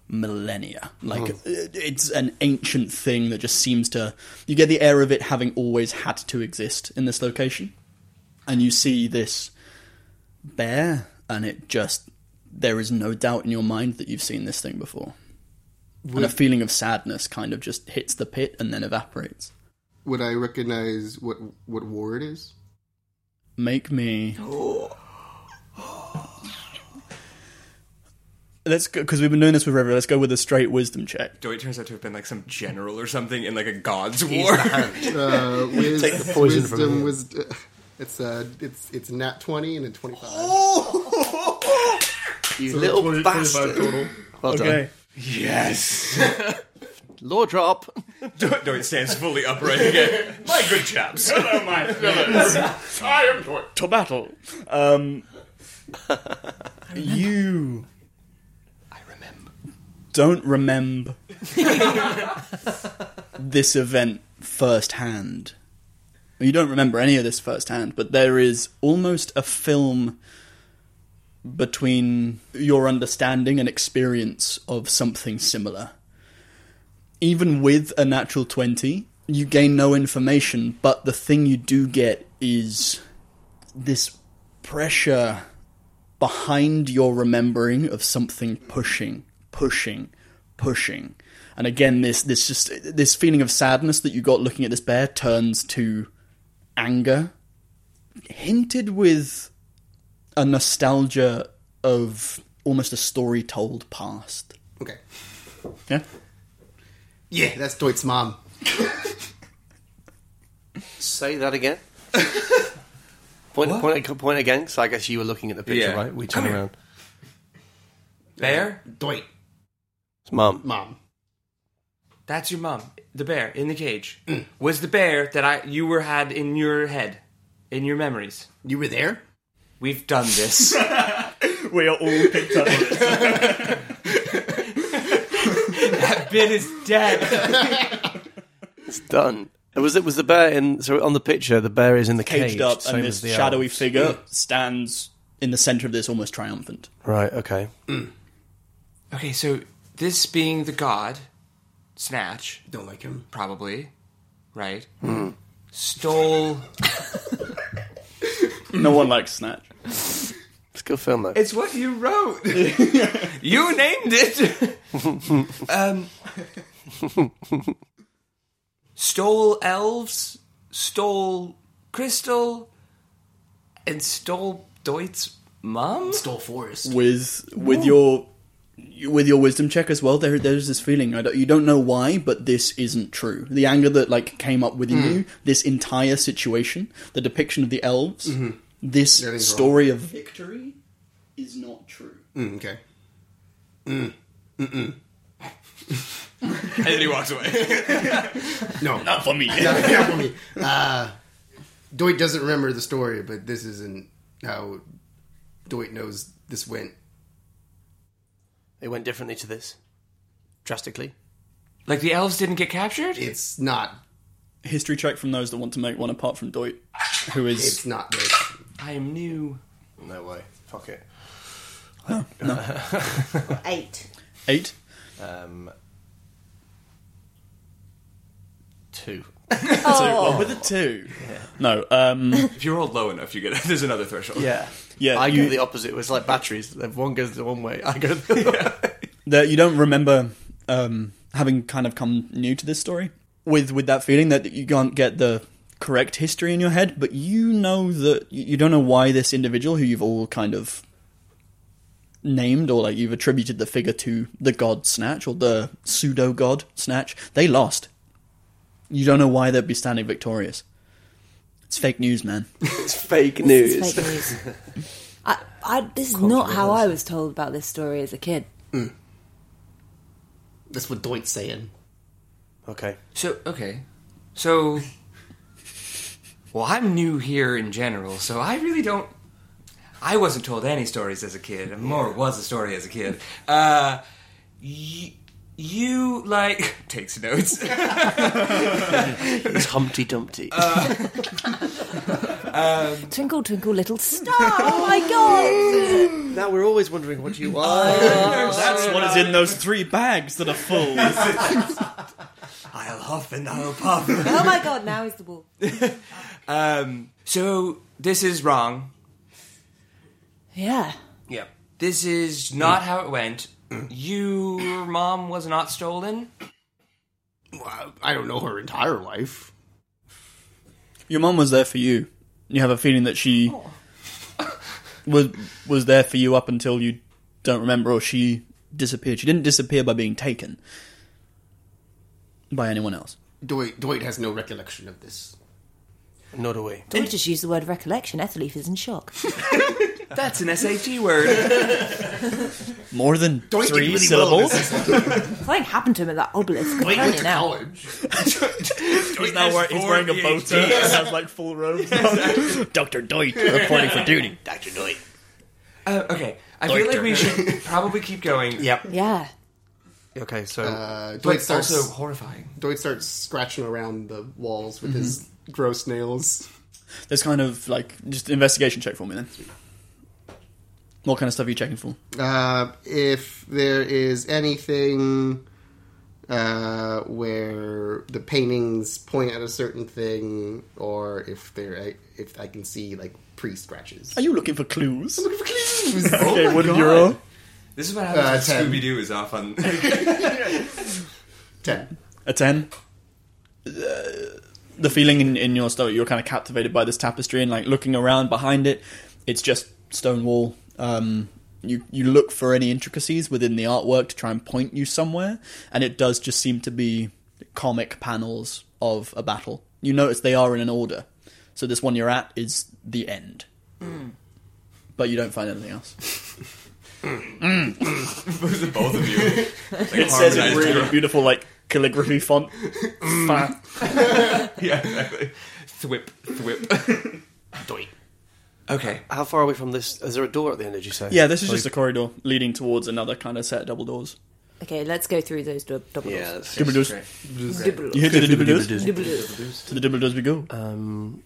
millennia. Like it- it's an ancient thing that just seems to. You get the air of it having always had to exist in this location. And you see this bear, and it just. There is no doubt in your mind that you've seen this thing before. And a feeling of sadness kind of just hits the pit and then evaporates.
Would I recognize what what war it is?
Make me. Let's go because we've been doing this with River. Let's go with a straight wisdom check.
Doit turns out to have been like some general or something in like a god's war.
Uh, wiz-
Take the poison from him.
wisdom, wis- uh, it's uh, it's it's nat twenty and then twenty five.
You little bastard. Well done.
yes.
Law drop.
Doit, Doit stands fully upright again. My good chaps. Um, Hello, my
I am twenty.
to battle. Um, you
I remember.
don't remember this event firsthand. You don't remember any of this firsthand, but there is almost a film between your understanding and experience of something similar. Even with a natural 20, you gain no information, but the thing you do get is this pressure behind your remembering of something pushing, pushing, pushing. And again, this this just this feeling of sadness that you got looking at this bear turns to anger, hinted with a nostalgia of almost a story told past.
Okay.
Yeah.
Yeah, that's Deut's mom.
Say that again. point, point, point again. So I guess you were looking at the picture,
Yeah.
right? We turn around.
Bear?
Deut
It's mum.
mom.
That's your mom. The bear in the cage was the bear that I you were had in your head, in your memories.
You were there?
We've done this.
We are all picked up.
that bit is dead.
It's done. It was it was the bear in so on the picture the bear is in the
Caged
cage,
up,
same
and
as
this
the
shadowy
owl.
figure stands in the center of this almost triumphant.
Right. Okay.
Okay, so this being the god, Snatch,
Don't like him.
probably, right? Stole.
No one likes Snatch.
Let's go film that.
It's what you wrote. you named it. um, stole elves, stole crystal, and stole Deut's mum.
Stole Forest.
With with your with your wisdom check as well, there there's this feeling. I don't, you don't know why, but this isn't true. The anger that like came up within you, this entire situation, the depiction of the elves, this
Everything's wrong.
story of victory is not true.
Mm, okay.
And then he walks away.
No.
Not for me.
yeah, for me. Uh, Doit doesn't remember the story, but this isn't how Doit knows this went.
It went differently to this, drastically.
like the elves didn't get captured.
It's not.
History check from those that want to make one apart from Doit, who
It's
is
not this.
I am new.
No way. Fuck it.
Eight.
eight.
Um, two.
Well, with a two. No, um,
If you roll low enough, you get. There's another threshold.
Yeah.
Yeah,
I
you-
go the opposite. It was like batteries. If One goes the one way. I go the other.
that you don't remember um, having kind of come new to this story with with that feeling that you can't get the correct history in your head, but you know that you you don't know why this individual who you've all kind of named or like you've attributed the figure to the god Snatch or the pseudo god Snatch, they lost. You don't know why they'd be standing victorious. It's fake news, man.
It's fake
It's fake news. I, I, this is not how I was told about this story as a kid.
That's what Doit's saying.
Okay.
So okay, so well, I'm new here in general, so I really don't. I wasn't told any stories as a kid. More was a story as a kid. Uh, y- you like takes notes.
It's Humpty Dumpty.
Twinkle, twinkle, little star! Oh my god!
now we're always wondering what you are.
That's what is in those three bags that are full.
I'll huff and I'll puff.
Oh my god! Now is the ball.
Um, so this is wrong.
Yeah.
Yep. This is not how it went. Your mom was not stolen.
Well, I don't know her entire life.
Your mom was there for you. You have a feeling that she was was there for you up until you don't remember, or she disappeared. She didn't disappear by being taken by anyone else.
Doit, Doit has no recollection of this.
Not away.
Don't just use the word recollection. Etherleaf is in shock.
That's an SAT word.
More than
Doit did
three
really well in
syllables.
this.
Something happened to him at that obelisk. I'm
Doit
telling
went
you
to
now.
college.
he's now wearing, he's wearing a bow tie and has like full robes. Doctor Doit reporting for duty.
Dr. Doit.
Uh, okay, I feel like we should probably keep going.
Yep.
Yeah.
Okay, so.
Uh, Doit,
But
starts,
also horrifying.
Doit starts scratching around the walls with his gross nails.
There's kind of like just investigation check for me then. What kind of stuff are you checking for?
Uh, if there is anything uh, where the paintings point at a certain thing, or if there, if I can see like pre scratches.
Are you looking for clues?
Uh,
okay, what your own?
oh This is what happens
Uh,
when
ten.
Scooby Doo is off on.
Ten.
a 10 Uh, the feeling in, in your stomach you're kind of captivated by this tapestry and like looking around behind it it's just stone wall. Um, you you look for any intricacies within the artwork to try and point you somewhere, and it does just seem to be comic panels of a battle. You notice they are in an order, so this one you're at is the end, Hmm. but you don't find anything else.
Those are both of you.
It says in really beautiful like calligraphy font. Fa-
yeah, exactly.
Thwip, thwip. okay.
How far away from this? Is there a door at the end? Did you say?
yeah, this is just a corridor leading towards another kind of set of double doors.
Okay, let's go through those dub- double
Yeah.
doors.
that's-
Double doors.
Great.
You hear the double doors? Uh.
Double
Double
doors.
doors.
To the double doors we go.
Um,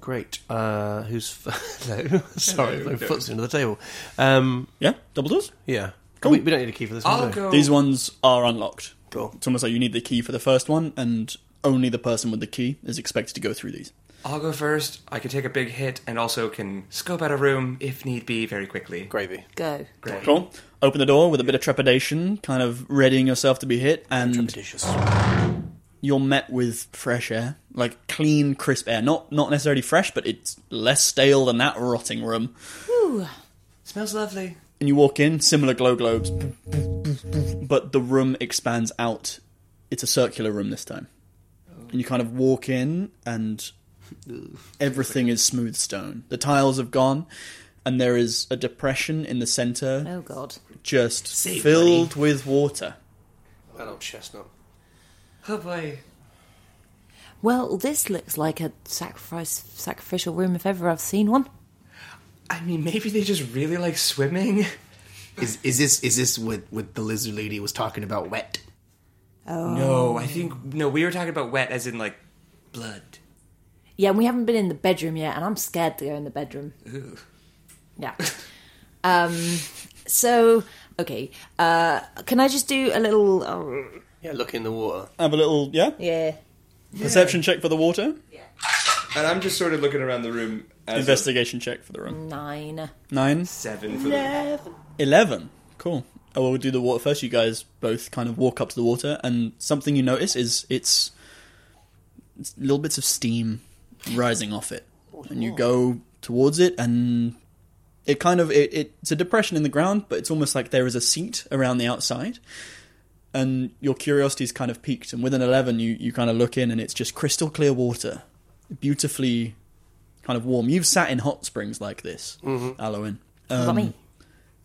great. Uh, who's f- no? Sorry, my foot's under the table. Um,
yeah, double doors.
yeah.
Cool.
We, we don't need a key for this
I'll
one. do we?
go.
These ones are unlocked.
Cool.
It's almost like you need the key for the first one, and only the person with the key is expected to go through these.
I'll go first. I can take a big hit and also can scope out a room if need be very quickly.
Gravy.
Go.
Great.
Cool. Open the door with a bit of trepidation, kind of readying yourself to be hit, and you're met with fresh air, like clean, crisp air. Not not necessarily fresh, but it's less stale than that rotting room.
Smells lovely.
And you walk in, similar glow globes, but the room expands out. It's a circular room this time. And you kind of walk in, and everything is smooth stone. The tiles have gone, and there is a depression in the center,
Oh God.
just filled with water.
That old chestnut.
Oh boy.
Well, this looks like a sacrifice sacrificial room if ever I've seen one.
I mean, maybe they just really like swimming.
Is is this is this what what the lizard lady was talking about? Wet.
No, I think no. We were talking about wet, as in like blood.
Yeah, and we haven't been in the bedroom yet, and I'm scared to go in the bedroom. Yeah. um. So okay. Uh, can I just do a little? Uh,
Yeah, look in the water.
Have a little, yeah?
yeah.
Perception check for the water,
And I'm just sort of looking around the room. As a
investigation check for the room.
Nine.
Nine.
seven for the.
Eleven. Cool. Oh, well, we'll do the water first. You guys both kind of walk up to the water, and something you notice is it's, it's little bits of steam rising off it, and you go towards it, and it kind of it, it's a depression in the ground, but it's almost like there is a seat around the outside, and your curiosity's kind of piqued, and with an eleven, you you kind of look in, and it's just crystal clear water, beautifully kind of warm. You've sat in hot springs like this, Um, Alowin.
What about me?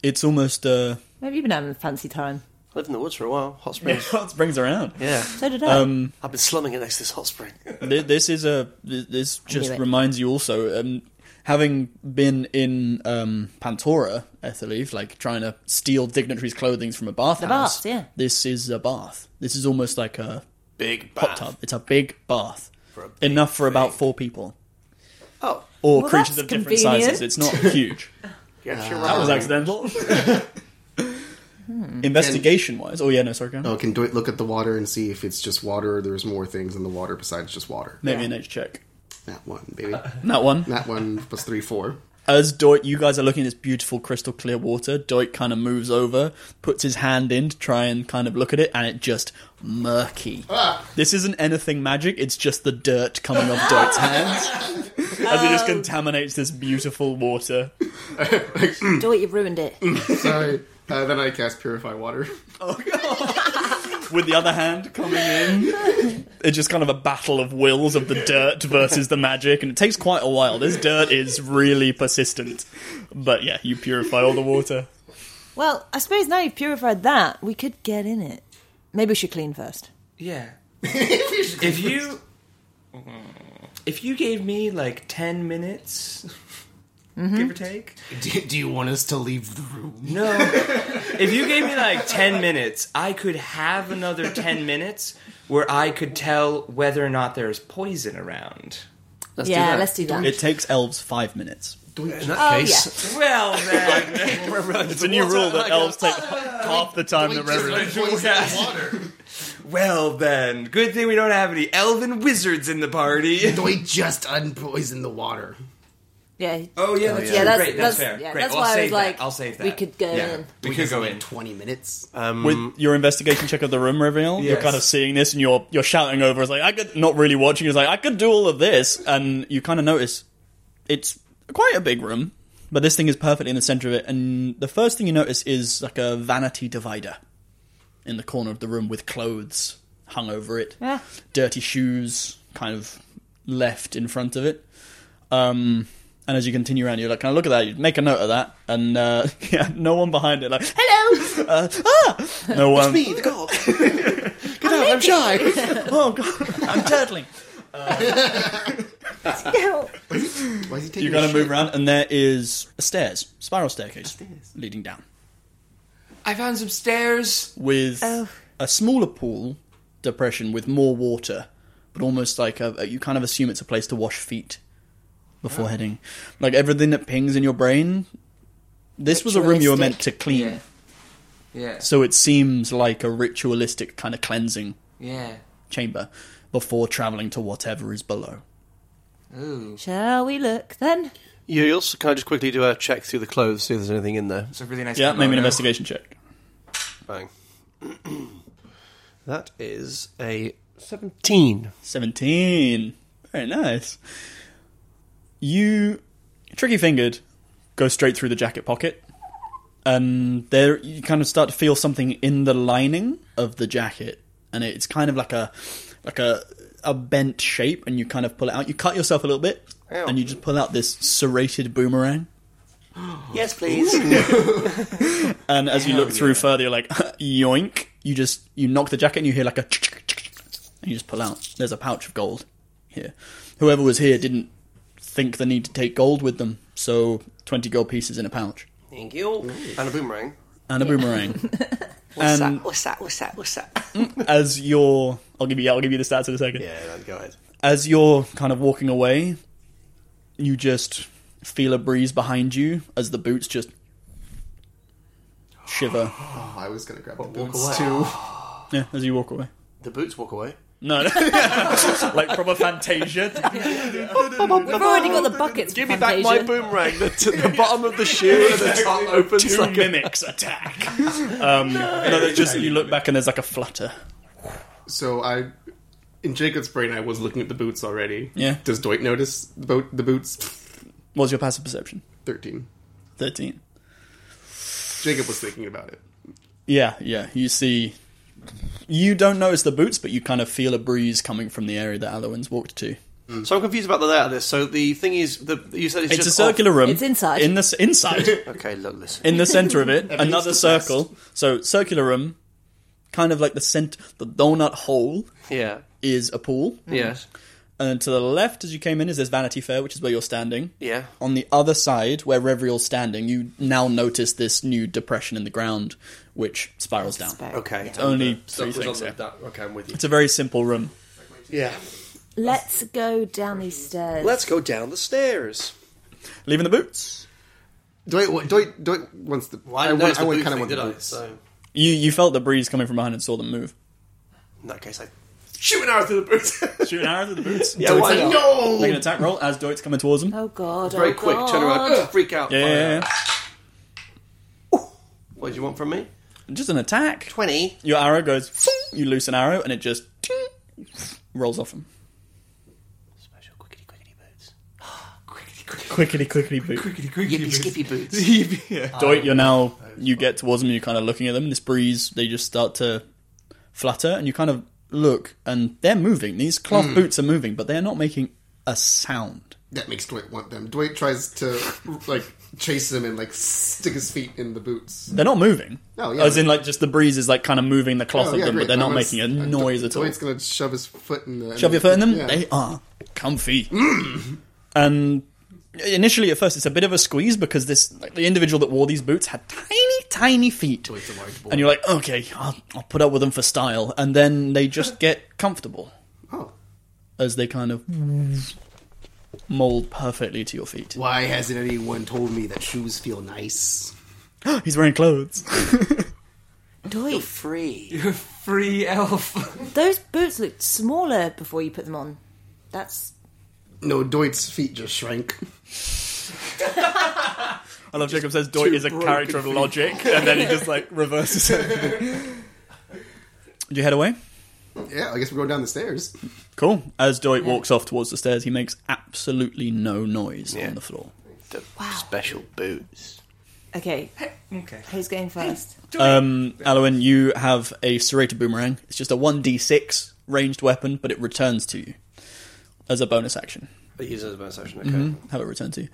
It's almost uh,
Maybe you've been having a fancy time.
Lived in the woods for a while. Hot springs.
hot springs around.
Yeah.
So did I.
I've been slumming it next to this hot spring.
Th- This is a th- this just
it.
reminds you also, um, having been in um, Pantora, Ethelive, like trying to steal dignitaries' clothing from a bathhouse.
baths, yeah.
This is a bath. This is almost like a
Big
hot
bath.
tub. It's a big bath,
For a big
enough for about
thing.
four people
Oh,
or
Well,
creatures
that's
of different
convenient.
sizes. It's not huge.
yeah,
Uh,
you're
that
right.
was accidental.
Hmm.
Investigation wise, oh yeah, no, sorry, go on.
Oh, can Doit look at the water and see if it's just water or there's more things in the water besides just water?
maybe an edge check.
That one, baby.
That one.
that one plus three, four.
As Doit, you guys are looking at this beautiful crystal clear water. Doit kind of moves over, puts his hand in to try and kind of look at it, and it just murky. This isn't anything magic; it's just the dirt coming off Doit's hands as it just contaminates this beautiful water.
Do it. You've ruined it.
Sorry. Uh, then I cast Purify Water.
With the other hand coming in, it's just kind of a battle of wills of the dirt versus the magic, and it takes quite a while. This dirt is really persistent, but yeah, you purify all the water.
Well, I suppose now you've purified that, we could get in it. Maybe we should clean first.
Yeah. if you if you gave me like ten minutes, give or take.
Do, do you want us to leave the room?
No. if you gave me like 10 minutes, I could have another 10 minutes where I could tell whether or not there's poison around.
Let's do
yeah,
that.
let's do that.
It takes elves five minutes.
In that
Oh,
case,
Well, then.
It's a new rule that elves take half the time that reverend.
well, then. Good thing we don't have any elven wizards in the party.
Doit just unpoison the water.
yeah.
Oh, yeah, that's,
Yeah, that's,
great. That's, fair.
Yeah,
great.
that's
I'll
why I
save
was like,
that. I'll save that.
We could go
Yeah.
in.
We could go
Doesn't
in.
Twenty minutes.
With your investigation check of the room, Reveal, you're
Yes.
kind of seeing this, and you're you're shouting over. It's like I could not really watching. It's like I could do all of this, and you kind of notice it's quite a big room. But this thing is perfectly in the center of it, and the first thing you notice is like a vanity divider in the corner of the room with clothes hung over it,
Yeah.
dirty shoes kind of left in front of it. Um, and as you continue around, you're like, "Can I look at that?" You make a note of that, and uh, yeah, no one behind it. Like, hello, uh, ah, no one.
Me, the god. Get out, I'm shy.
Oh god, I'm turtling.
Why is he taking
You gotta
a
move
shit?
around, and there is a stairs, spiral staircase leading down
I found some stairs.
with
Oh.
a smaller pool depression with more water, but almost like a, a- you kind of assume it's a place to wash feet before heading. Like everything that pings in your brain, this was a room you were meant to clean,
Yeah. Yeah.
so it seems like a ritualistic kind of cleansing
Yeah.
chamber before traveling to whatever is below.
Ooh.
Shall we look then?
You also can I just quickly do a check through the clothes, see if there's anything in there.
It's a really nice.
Yeah, maybe an
kimono.
investigation check.
Bang. that is a seventeen.
17. Very nice. You, tricky fingered, go straight through the jacket pocket. And there, you kind of start to feel something in the lining of the jacket. And it's kind of like a, like a, a bent shape. And you kind of pull it out. You cut yourself a little bit.
Ow.
And you just pull out this serrated boomerang.
Yes, please.
And as you
Hell
look through
yeah.
further, you're like, yoink. You just, you knock the jacket and you hear like a, and you just pull out. There's a pouch of gold here. Whoever was here didn't think the need to take gold with them, so 20 gold pieces in a pouch.
Thank you. And a boomerang.
And a boomerang. And-
What's
Mm,
that? What's that? What's that? What's that?
as you're, I'll give you, I'll give you the stats in a second.
Yeah, then go ahead.
As you're kind of walking away, you just feel a breeze behind you as the boots just shiver.
Oh, I was gonna grab the boots too.
Yeah, as you walk away.
The boots walk away.
No, no. like proper Fantasia.
We've already got the buckets.
Give
for
me back my
Fantasia.
boomerang. The, t- the bottom of the shoe and the top opens
two
like a-
mimics attack. Um, no, they're just you look back and there's like a flutter.
So I, in Jacob's brain, I was looking at the boots already.
Yeah.
Does Doit notice the, boat, the boots?
What's your passive perception?
Thirteen.
Thirteen.
Jacob was thinking about it.
Yeah, yeah. You see, you don't notice the boots, but you kind of feel a breeze coming from the area that Alowin's walked to.
So I'm confused about the layout of this. So the thing is, the, you said it's,
It's,
just
a circular room.
It's inside.
In the s- inside,
Off. Okay, look, listen.
in the center of it, another
least the best.
circle. So circular room, kind of like the cent, the donut hole
yeah.
is a pool,
Yes.
and then to the left as you came in is this Vanity Fair, which is where you're standing.
Yeah.
on the other side where Revriel's standing, you now notice this new depression in the ground, which spirals down.
Okay.
Only
So
three
it was
things.
on
Yeah.
the- that- okay, I'm with you.
It's a very simple room.
Yeah.
Let's go down these stairs.
Let's go down the stairs.
Leaving the boots.
Doit, wa- Doit, Doit wants the.
Well, I,
I,
didn't
want,
notice
I
the
want,
boots
kind of
thing,
want the
did I?
boots.
So
You you felt the breeze coming from behind and saw them move.
in that case, I shoot an arrow through the boots.
Shoot an arrow to the boots.
yeah, why not?
Make an attack roll as Deut's coming towards them.
Oh God!
Very
oh
quick,
God.
turn around, ugh, freak out.
Yeah,
fire.
yeah, yeah.
What do you want from me?
just an attack.
Twenty.
Your arrow goes. You loose an arrow and it just rolls off them.
Special quickity quickity
Quickly, quickly,
boots.
boot.
Yippee skippy boots.
Doit, you're now you get towards them and you're kind of looking at them. This breeze, they just start to flutter, and you kind of look, and they're moving. These cloth
Hmm.
boots are moving, but they're not making a sound.
That makes Doit want them. Doit tries to like chase them and like stick his feet in the boots.
They're not moving.
Oh, yeah.
As in, like just the breeze is like kind of moving the cloth of them,
Oh, great.
but they're not
I'm
making a
gonna-
noise at all.
Doit's gonna shove his foot in the.
Shove your foot in them.
Yeah.
They are comfy. and initially, at first, it's a bit of a squeeze because this like, the individual that wore these boots had tiny, tiny feet. And you're like, okay, I'll, I'll put up with them for style. And then they just get comfortable
Oh.
as they kind of mold perfectly to your feet.
Why hasn't anyone told me that shoes feel nice?
He's wearing clothes.
Doit,
Free.
You're a free elf.
those boots looked smaller before you put them on. That's
No, Doit's feet just shrank.
I love Jacob says Doit is a character of logic, and then he just like reverses it. Do you head away?
Yeah, I guess we're going down the stairs.
Cool. As Doit walks off towards the stairs, he makes absolutely no noise
Yeah.
on the floor.
the special boots.
Okay,
Okay.
who's going first?
Um, Alwyn, you have a serrated boomerang. It's just a 1d6 ranged weapon, but it returns to you as a bonus action.
But use it as a bonus action, okay.
Have it return to you.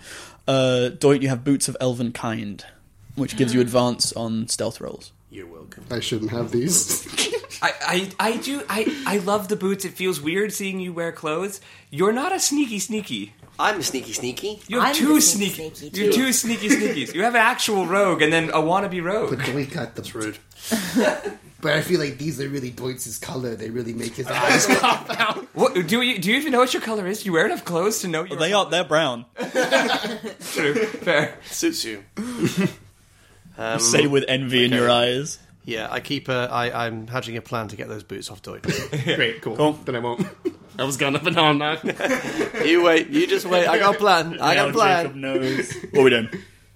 Uh, Doit, you have Boots of Elven Kind, which gives you advance on stealth rolls.
You're welcome.
I shouldn't have these.
I, I, I do. I, I love the boots. It feels weird seeing you wear clothes. You're not a sneaky sneaky.
I'm sneaky sneaky.
You have
I'm
two
the sneaky
sneaky.
sneaky,
you're
too.
two sneaky sneakies. You have an actual rogue and then a wannabe rogue.
But we got the
Rude.
But I feel like these are really Deutz's color. They really make his eyes.
What, do you do you even know what your color is? Do you wear enough clothes to know your
They are, they're brown.
true? Fair.
Suits you. um,
Say with envy in your eyes.
yeah, I keep. Uh, I, I'm hatching a plan to get those boots off Doit.
Great, cool.
Cool.
Then I won't.
I was gonna, but no, I'm not.
you wait. You just wait. I got a plan. I got a
Jacob
plan.
knows. What are we doing?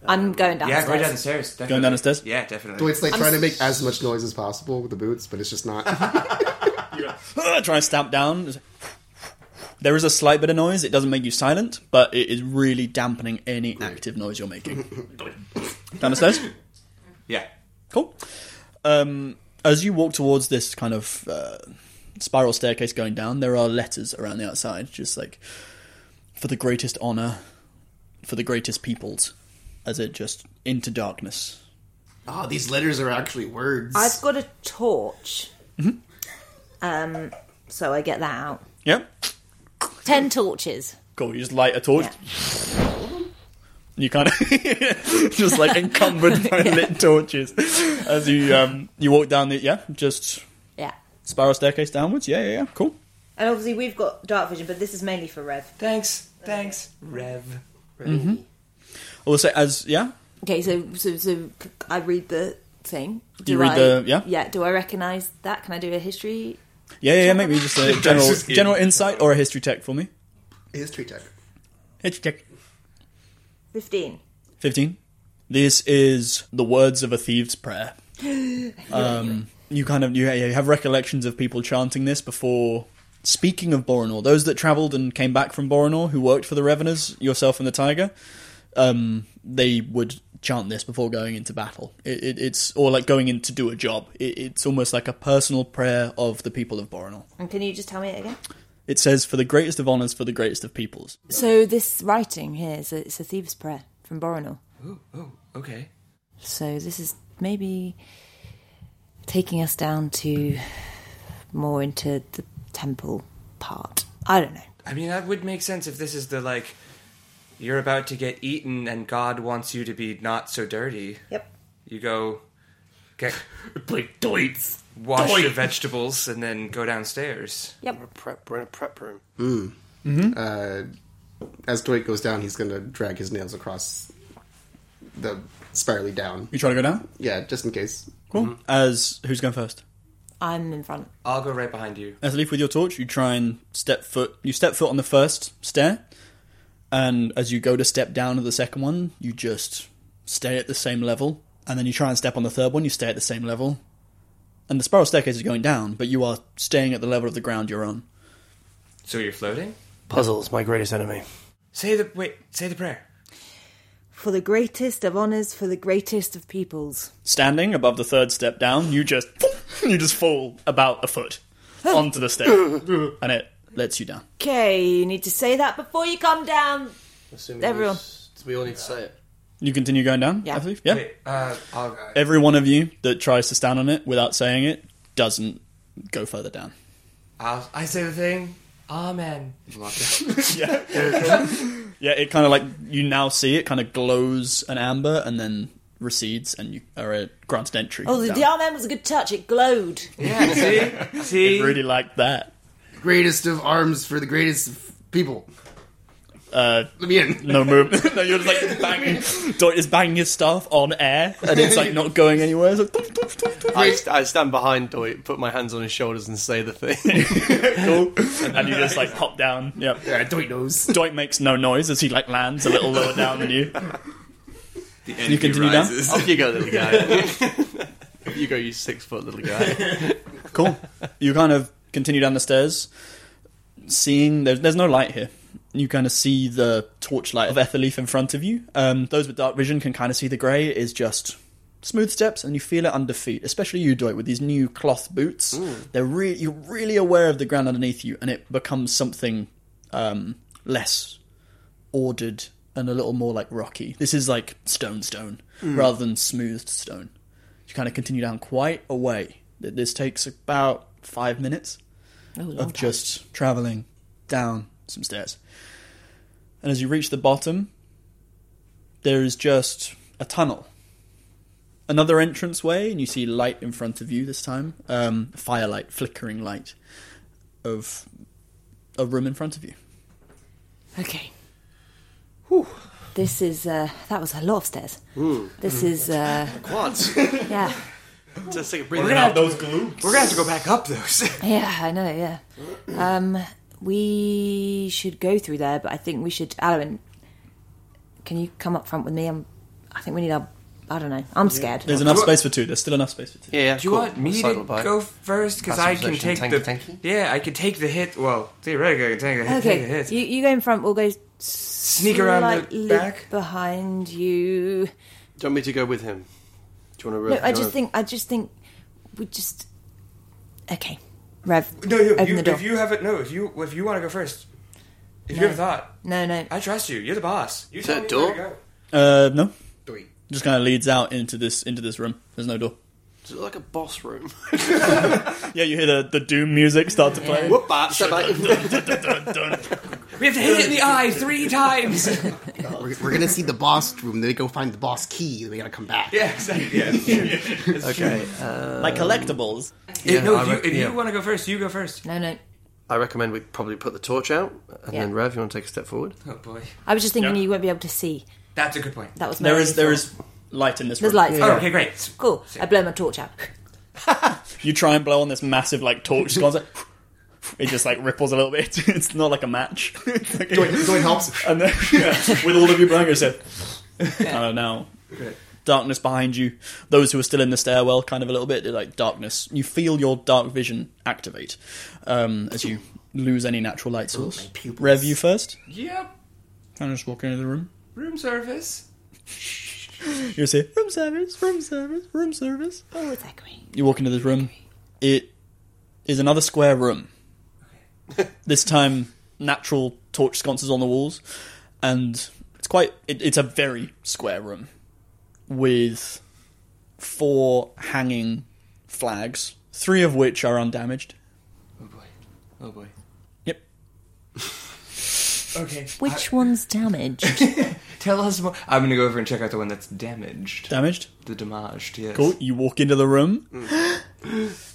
I'm going
Yeah,
downstairs.
go down the stairs. Definitely.
Going down the stairs?
Yeah, definitely.
Deutz like trying to make as much noise as possible with the boots, but it's just not.
Ah, trying to stamp down. There is a slight bit of noise. It doesn't make you silent, but it is really dampening any active noise you're making. down the stairs?
Yeah.
Cool. Um, as you walk towards this kind of uh, spiral staircase going down, there are letters around the outside, just like for the greatest honor, for the greatest peoples, as it just into darkness.
oh, these letters are actually words.
I've got a torch. Um, so I get that out.
Yeah.
Ten torches.
Cool. You just light a torch. You kind of just like encumbered by lit torches as you um, you walk down the yeah just
Yeah.
spiral staircase downwards. Yeah, yeah, yeah. Cool.
And obviously we've got dark vision, but this is mainly for Rev.
Thanks. Thanks, Rev.
I will say as yeah
Okay, so so so I read the thing. Do
You read
I,
the- yeah?
Yeah. Do I recognise that? Can I do a history?
Yeah, yeah, yeah. Maybe just a general
just in.
general insight or a history check for me.
History check.
History check.
Fifteen.
Fifteen. This is the words of a thief's prayer. Um, you kind of you, yeah, you have recollections of people chanting this before. Speaking of Boronor, those that travelled and came back from Boronor who worked for the Reveners, yourself and the Tiger, um, they would chant this before going into battle. It, it, it's or like going in to do a job. It, it's almost like a personal prayer of the people of Boronor.
And can you just tell me it again?
It says, "For the greatest of honors, for the greatest of peoples."
So this writing here is a, it's a thieves' prayer from Boronor.
Oh, okay.
So this is maybe taking us down to more into the temple part. I don't know.
I mean, that would make sense if this is the like you're about to get eaten and God wants you to be not so dirty.
Yep.
You go get
like Deutz.
wash your vegetables and then go downstairs.
Prep. We're in a prep room.
Uh, as Dwight goes down, he's gonna drag his nails across the spirally down.
You trying to go down?
Yeah, just in case.
Cool. As who's going first?
I'm in front.
I'll go right behind you.
As leaf with your torch, you try and step foot. You step foot on the first stair, and as you go to step down to the second one, you just stay at the same level. And then you try and step on the third one, you stay at the same level. And the spiral staircase is going down, but you are staying at the level of the ground you're on.
So you're floating?
Puzzles, my greatest enemy.
Say the wait, say the prayer.
For the greatest of honours, for the greatest of peoples.
Standing above the third step down, you just you just fall about a foot onto the stair, and it lets you down.
Okay, you need to say that before you come down.
Assuming
Everyone.
We all need to say it.
You continue going down.
Yeah.
I believe? Yeah.
Wait, uh, I'll,
Every one of you that tries to stand on it without saying it doesn't go further down.
I'll I say the thing. Amen.
Yeah, it kind of like you now see it kind of glows an amber and then recedes, and you are uh, granted entry.
Oh, the,
down.
the RMM was a good touch. It glowed.
Yeah, see, see.
really like that.
Greatest of arms for the greatest of people.
Uh,
Let me in.
no move. no, you're just like banging. Dot is banging his staff on air, and it's like not going anywhere. It's like, "Dum, dum, dum, dum."
I, st- I stand behind Doit, put my hands on his shoulders, and say the thing.
and you just like pop down. Yep.
Yeah, Dwight knows.
Doit makes no noise as he like lands a little lower down than you.
The
You
envy
continue down?
rises.
Off you go, little guy. you go, you six foot little guy.
Cool. you kind of continue down the stairs, seeing there's there's no light here. you kind of see the torchlight of Etherleaf in front of you. Um, those with dark vision can kind of see the grey is just smooth steps, and you feel it under feet. Especially you, Doit, with these new cloth boots. They're re- you're really aware of the ground underneath you, and it becomes something um, less ordered and a little more like rocky. This is like stone stone rather than smoothed stone. You kind of continue down quite a way. Th- This takes about five minutes
Oh, long
of
time.
just traveling down some stairs. And as you reach the bottom, there is just a tunnel. Another entranceway, and you see light in front of you this time um, firelight, flickering light of a room in front of you.
Okay. This is uh, that was a lot of stairs. This is uh,
Quads.
yeah,
Just take a breather
We're
out.
gonna,
Those glutes.
we're gonna have to go back up those.
yeah, I know, yeah. Um, we should go through there, but I think we should. Alwyn, can you come up front with me? I'm, I think we need our. I don't know. I'm scared.
There's enough
Do I-
space for two. There's still enough space for two.
Yeah, yeah.
Do you
cool.
want me
Sidle
to
by.
go first? Because I can
Customization,
take
tanky,
the
tanky?
yeah, I can take the hit. Well, theoretically, I can take the hit. Take the
Okay,
hit.
you, you go in front. We'll go sneak
around the back?
behind you.
Do you want me to go with him? Do you want to?
No, I just think I just think we just okay. Rev,
no, no.
open
you,
the door.
If you have it, no. If you if you want to go first, if
No.
you have a thought,
no, no.
I trust you. You're the boss. You
Is
tell
that
me
door?
where to go.
Uh, no,
Doink.
just kind of leads out into this into this room. There's no door.
It's like a boss room.
Yeah, you hear the, the doom music start to play.
Whoop, ah, step back.
We have to hit it in the eye three times.
We're, we're gonna see the boss room. Then we go find the boss key. Then we gotta come back.
yeah, exactly. Yeah.
okay. Uh,
like collectibles.
If- no,
I
if you,
re-
if
yeah.
you want to go first, you go first.
No, no.
I recommend we probably put the torch out, and
Yeah.
then Rev, you want to take a step forward?
Oh boy,
I was just thinking you won't be able to see.
that's a good point.
That was my
There
only
is there
thought.
is light in this room.
There's lights.
Oh,
Oh,
okay, great.
cool. I blow my torch out.
You try and blow on this massive like torch, it's like, it just like ripples a little bit. It's not like a match. It's like-
Doink, Doink helps.
and then yeah, with all of your blankets, said, I don't know. Darkness behind you. Those who are still in the stairwell, kind of a little bit they're like darkness. You feel your dark vision activate um, as you lose any natural light source.
pupils.
Rev, you first.
Yep.
Kind of just walk into the room.
Room service.
You say room service, room service, room service.
Oh, it's echoing.
You walk into this room. It is another square room. this time, natural torch sconces on the walls, and it's quite. It, it's a very square room with four hanging flags, three of which are undamaged.
Oh boy. Oh boy.
Yep.
Okay.
Which one's damaged?
Tell us more. I'm gonna go over and check out the one that's damaged.
Damaged.
the damaged. Yes.
Cool. You walk into the room,
Mm.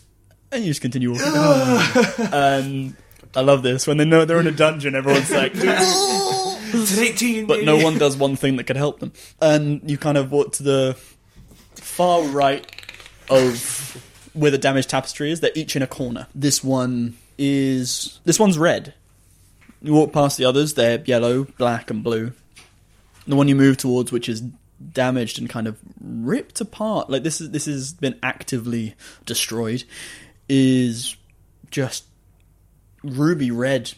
and you just continue walking. and I love this when they know they're in a dungeon. Everyone's like.
It's an 18.
but no one does one thing that could help them. And you kind of walk to the far right of where the damaged tapestry is. They're each in a corner. This one is this one's red. You walk past the others. They're yellow, black, and blue. The one you move towards, which is damaged and kind of ripped apart, like this is this has been actively destroyed, is just ruby red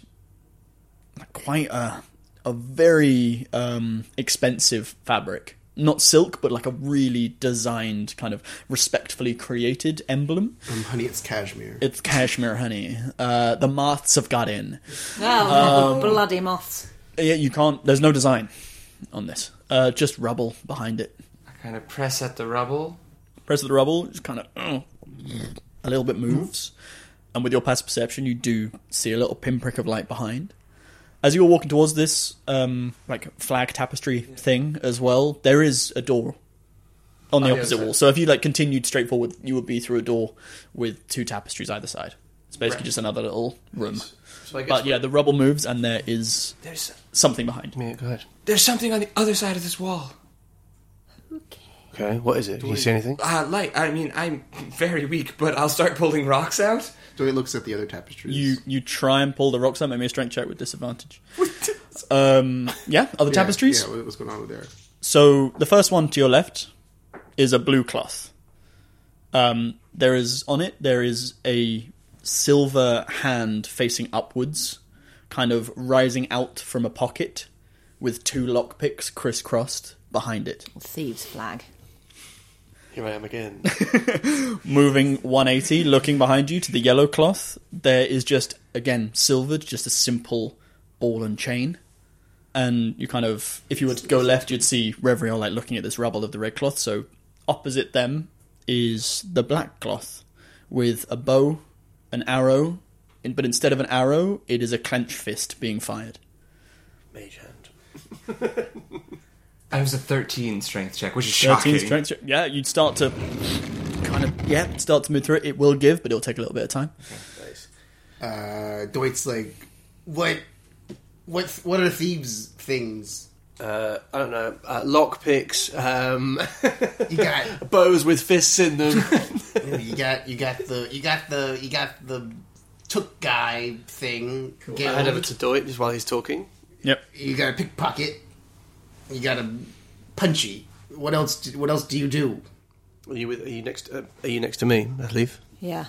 quite a a very um, expensive fabric. Not silk, but like a really designed, kind of respectfully created emblem.
Um, honey, it's cashmere.
It's cashmere honey. Uh, the moths have got in.
oh,
Um,
bloody moths.
Yeah, you can't. There's no design on this. Uh, just rubble behind it.
I kind of press at the rubble.
Press of the rubble just kind of uh, a little bit moves, and with your past perception, you do see a little pinprick of light behind. As you were walking towards this, um, like flag tapestry thing as well, there is a door on the
yeah,
opposite
that's
wall. So if you like continued straight forward, you would be through a door with two tapestries either side. It's basically
Right.
just another little room.
So I guess
But yeah, the rubble moves, and there is
There's
something behind.
Yeah, go ahead.
there's something on the other side of this wall.
Okay, what is it? Do Ah, you see anything?
Uh, light. I mean, I'm very weak, but I'll start pulling rocks out.
Doink looks at the other tapestries.
You you try and pull the rocks out. Make me a strength check with disadvantage. um, yeah, other
Yeah,
tapestries.
Yeah, what- what's going on over there?
So the first one to your left is a blue cloth. Um, there is on it there is a silver hand facing upwards, kind of rising out from a pocket with two lockpicks crisscrossed behind it,
Thieves' flag.
Here I am again.
moving 180, looking behind you to the yellow cloth. There is just, again, silvered, just a simple ball and chain. And you kind of, if you were to go left, you'd see Revriel like looking at this rubble of the red cloth. So opposite them is the black cloth with a bow, an arrow, in- but instead of an arrow, it is a clenched fist being fired.
Mage hand.
I was a 13 strength check, which is
13
shocking.
strength. check. Yeah, you'd start to kind of, yeah, start to move through it. It will give, but it'll take a little bit of time.
Nice.
Uh, Deut's like, what, what, what are thieves things?
Uh, I don't know. Uh, lock picks. Um,
You got,
bows with fists in them.
you got, you got the, you got the, you got the took guy thing.
I head over
Guild.
to Doit just while he's talking.
Yep.
You got a pickpocket. You got a punchy. What else? do- What else do you do?
Are you with? Are you next? Uh, are you next to me? I leave.
Yeah.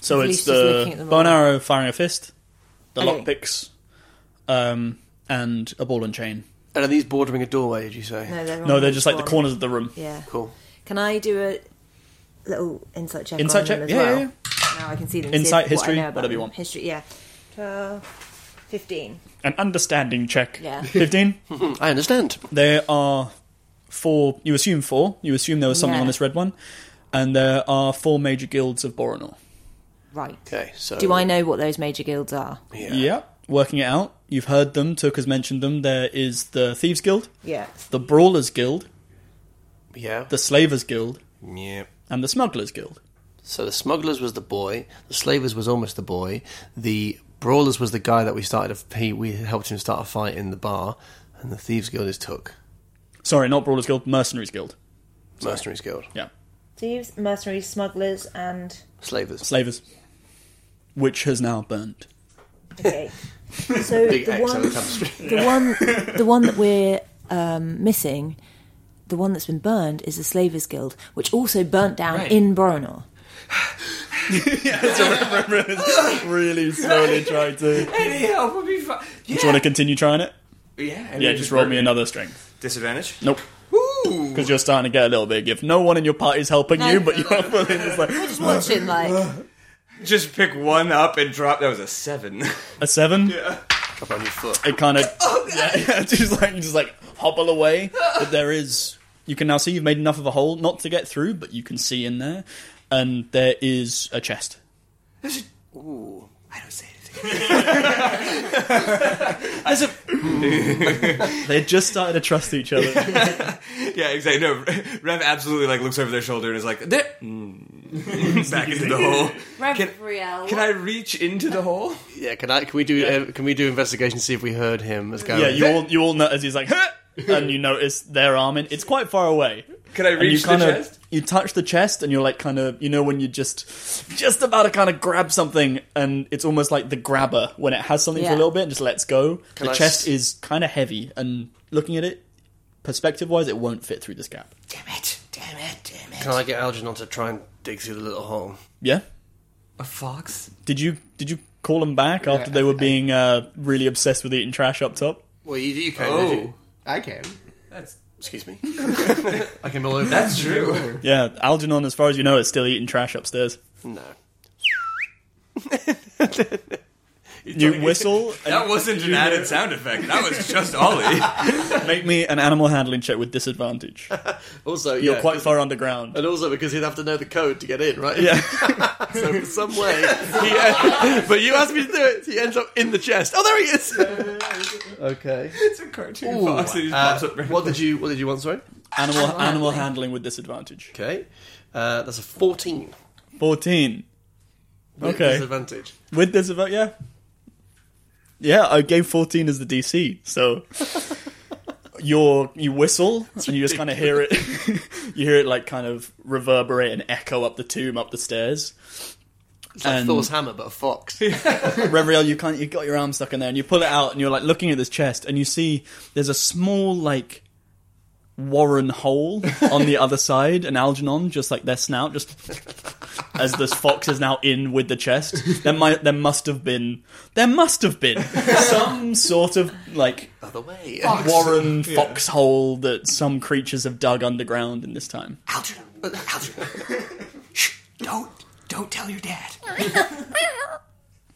So
At
it's
least he's
the
looking at them
bow and
all.
arrow firing a fist, the
Okay.
lockpicks, um, and a ball and chain.
And are these bordering a doorway? Did you say?
No, they're on
No, they're just like the
one.
corners of the room.
Yeah.
Cool.
Can I do a little insight check?
Insight
on
check?
Them as
Yeah,
well?
yeah,
Now I can see them.
Insight,
see if-
history,
what I know about
whatever you
them.
want.
History, yeah. Uh, Fifteen.
An understanding check.
Yeah.
Fifteen.
Hmm, I understand.
There are four. You assume four. You assume there was something
Yeah.
on this red one, and there are four major guilds of Boronor.
Right.
Okay. So
Do I know what those major guilds are?
Yeah.
Yeah. Working it out. You've heard them. Took has mentioned them. There is the Thieves Guild,
Yeah.
the Brawlers Guild,
Yeah.
the Slavers Guild,
yeah.
and the Smugglers Guild.
So the smugglers was the boy. The slavers was almost the boy. The brawlers was the guy that we started. A, he, we helped him start a fight in the bar. And the thieves guild is Took.
Sorry, not Brawlers Guild. Mercenaries Guild.
Mercenaries guild.
Yeah.
Thieves, mercenaries, smugglers, and
Slavers.
Slavers. Which has now burnt.
okay. So
Big
the
X on the
one,
tapestry.
the one, the one that we're um, missing, the one that's been burned, is the Slavers Guild, which also burnt down
Right.
in Boronor.
really slowly trying to.
Any help would be fine.
Do you want
Yeah.
to continue trying it?
yeah,
Yeah, just roll me another strength.
Disadvantage?
Nope.
Woo!
Because you're starting to get a little bit of gift. No one in your party is helping you, but you're fully just like.
Just watching, like,
Just pick one up and drop. That was a seven.
A seven?
Drop on your foot.
It kind of.
Oh,
yeah, yeah, just like, just like hobble away. But there is. You can now see you've made enough of a hole, not to get through, but you can see in there. And there is a chest.
Ooh.
I don't say anything.
They just started to trust each other.
Yeah, exactly. No, Rev absolutely like looks over their shoulder and is like, there. Mm. Back into the hole. Can- Can I reach into the hole?
Yeah. Can I? Can we do? Uh, can we do investigation? to See if we heard him. Let's go.
yeah, you all you all notice he's like, "Huh!" and you notice their arm, and it's quite far away.
Can I
And you
reach the
kind of
chest?
you touch the chest, and you're like, kind of, you know, when you just just about to kind of grab something, and it's almost like the grabber when it has something for
Yeah.
a little bit and just lets go. the
I
chest
s-
is kind of heavy, and looking at it, perspective wise, it won't fit through this gap.
Damn it! Damn it! Damn it!
Can I get Algernon to try and dig through the little hole?
Yeah.
A fox?
Did you did you call them back after they were being uh, really obsessed with eating trash up top?
Well, you, you can. don't
Oh,
you?
I can.
that's
Excuse me. I can all over.
that's true.
Yeah, Algernon, as far as you know, is still eating trash upstairs.
no.
You whistle. and
That wasn't an added sound effect. That was just Ollie.
Make me an animal handling check with disadvantage.
Also,
You're
yeah,
quite far underground.
And also because he'd have to know the code to get in, right?
Yeah.
so in some way, he, uh, but you asked me to do it. He ends up in the chest. Oh, there he is. okay.
it's a cartoon fox that just pops up.
what did you What did you want? Sorry.
Animal animal handling with disadvantage.
Okay. Uh, that's a fourteen.
Fourteen.
with
Okay.
Disadvantage.
With disadvantage, yeah. Yeah, I gave fourteen as the DC, so you're you whistle and you just kind of hear it. you hear it like kind of reverberate and echo up the tomb, up the stairs.
It's like
And-
Thor's hammer, but a fox.
Revriel, you can't. You got your arm stuck in there, and you pull it out, and you're like looking at this chest, and you see there's a small like Warren hole on the other side, and Algernon just like their snout just as this fox is now in with the chest, there might there must have been there must have been some sort of like
Other way.
warren foxhole that some creatures have dug underground in this time.
Algernon, Algernon, shh! Don't, don't tell your dad.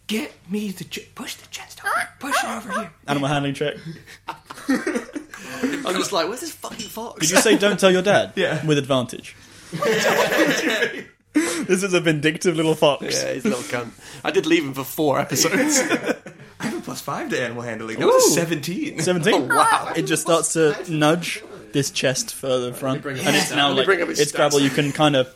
Get me the ch- push the chest over, push it over here.
Animal handling check.
I'm just like, where's this fucking fox?
Did you say don't tell your dad? Yeah. With advantage. this is a vindictive little fox.
yeah, he's a little cunt. I did leave him for four episodes.
I have a plus five to animal handling. That was a
Ooh.
seventeen.
17.
wow.
It just starts to nudge this chest further front.
bring
And
it
it's
up.
now
Let me
like,
bring up its
it's
stats.
gravel. You can kind of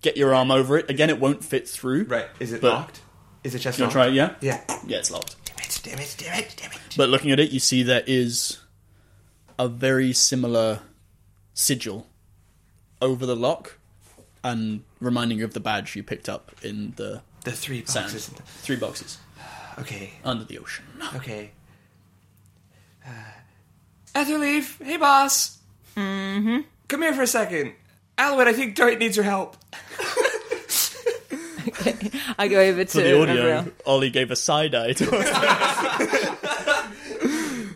get your arm over it. Again, it won't fit through.
Right? Is it
But-
locked? Is the chest
You want
locked?
to try it, yeah?
Yeah.
Yeah, it's locked.
Damn it! Damn it! Damn it! Damn it!
But looking at it, you see there is a very similar sigil over the lock and reminding you of the badge you picked up in the
The three
sand.
boxes.
Three boxes
Okay.
under the ocean.
Okay. Uh, Etherleaf, hey boss. Mm-hmm. Come here for a second. Alwyn, I think Dwight needs your help.
I go over to
For the
Gabriel.
audio, Ollie gave a side eye to us.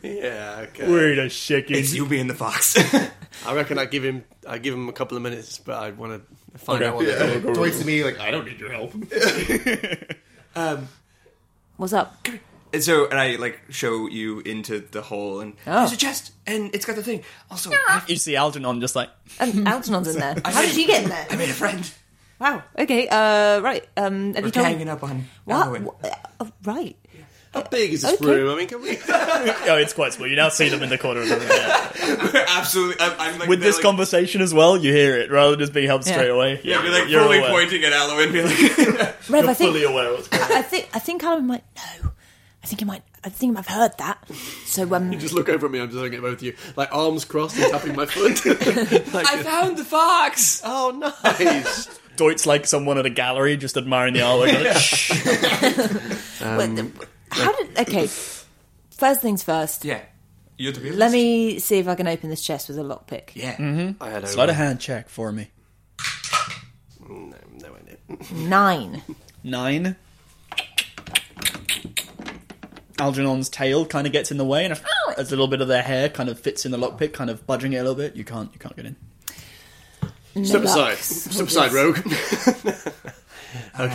yeah, okay.
Wait a second.
you being the fox.
I reckon I give him I give him a couple of minutes, but I want to find
Okay.
out what they're doing.
Dwight's to me like, I don't need your help.
What's up?
and so, and I like show you into the hole, and
Oh.
there's a chest, and it's got the thing. Also, I,
You see Algernon just like,
Um, Algernon's in there. How did you get in there?
I made a friend.
Wow. Okay. Uh, right. Um, have
We're
you told
hanging up on
What?
Alwyn.
What? Uh, right.
How big is this
Okay.
room? I mean, can we?
oh, it's quite small. You now see them in the corner of the room. yeah.
Absolutely, I'm, I'm like
With
they're,
this
like,
conversation as well, you hear it rather than just being helped
Yeah.
straight away.
Yeah, be like
you're
fully
aware.
pointing at Alwyn, be like,
Rev, I
Fully
think
aware of what's going on.
I think I think Alan might know. I think he might. I think I've heard that. So um,
Just look over at me. I'm just looking at both of you, like arms crossed and tapping my foot. like,
"I found the fox."
oh, nice.
Deut's like someone at a gallery just admiring the artwork. Like, "Shh."
wait, the- um, how did? Okay. First things first.
Yeah, you have to be.
Let me see if I can open this chest with a lockpick.
Yeah,
I had
Slide a hand check for me.
No, no, I didn't.
Nine.
Nine. Algernon's tail kind of gets in the way, and a, a little bit of their hair kind of fits in the lockpick, kind of budging it a little bit. You can't, you can't get in.
Step aside.
Lux.
Step aside, rogue. okay,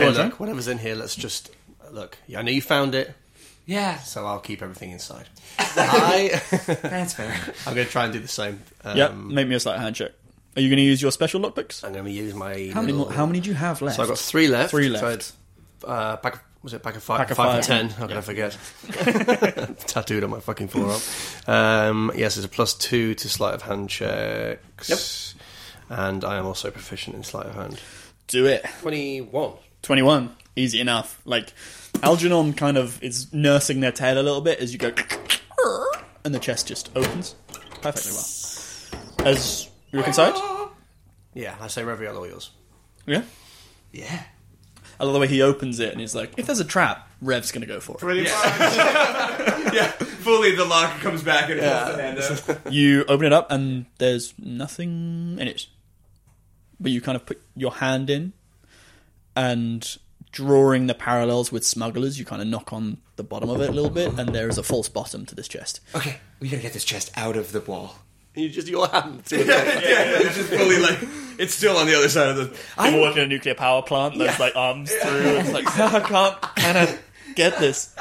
on, then.
look. Whatever's in here, let's just look. Yeah, I know you found it,
yeah,
so I'll keep everything inside. I,
that's fair.
I'm going to try and do the same. Um,
Yep, make me a slight hand check. Are you going to use your special lockpicks?
I'm going to use my.
How many,
little-
more, how many do you have left?
So I've got three left.
Three
So
left.
it's, uh, pack of, was it pack of five?
Pack of
five,
five.
and ten. How can I forget? Tattooed on my fucking forearm. Um, yes, it's a plus two to sleight of hand checks. Yep. And I am also proficient in sleight of hand.
Do it.
Twenty-one.
21. Easy enough. Like, Algernon kind of is nursing their tail a little bit as you go, and the chest just opens perfectly well. As you look inside,
Yeah, I say Reviel Oils.
yeah.
Yeah,
I love the way he opens it and he's like, if there's a trap, Rev's going to go for it.
yeah. Fully, the locker comes back and pulls the hand
You open it up and there's nothing in it. But you kind of put your hand in and drawing the parallels with smugglers, you kind of knock on the bottom of it a little bit and there is a false bottom to this chest.
Okay, we gotta get this chest out of the wall.
You just your hand.
yeah, it's just fully like it's still on the other side of the.
I'm working a nuclear power plant. There's like arms through. It's like I can't kind of get this.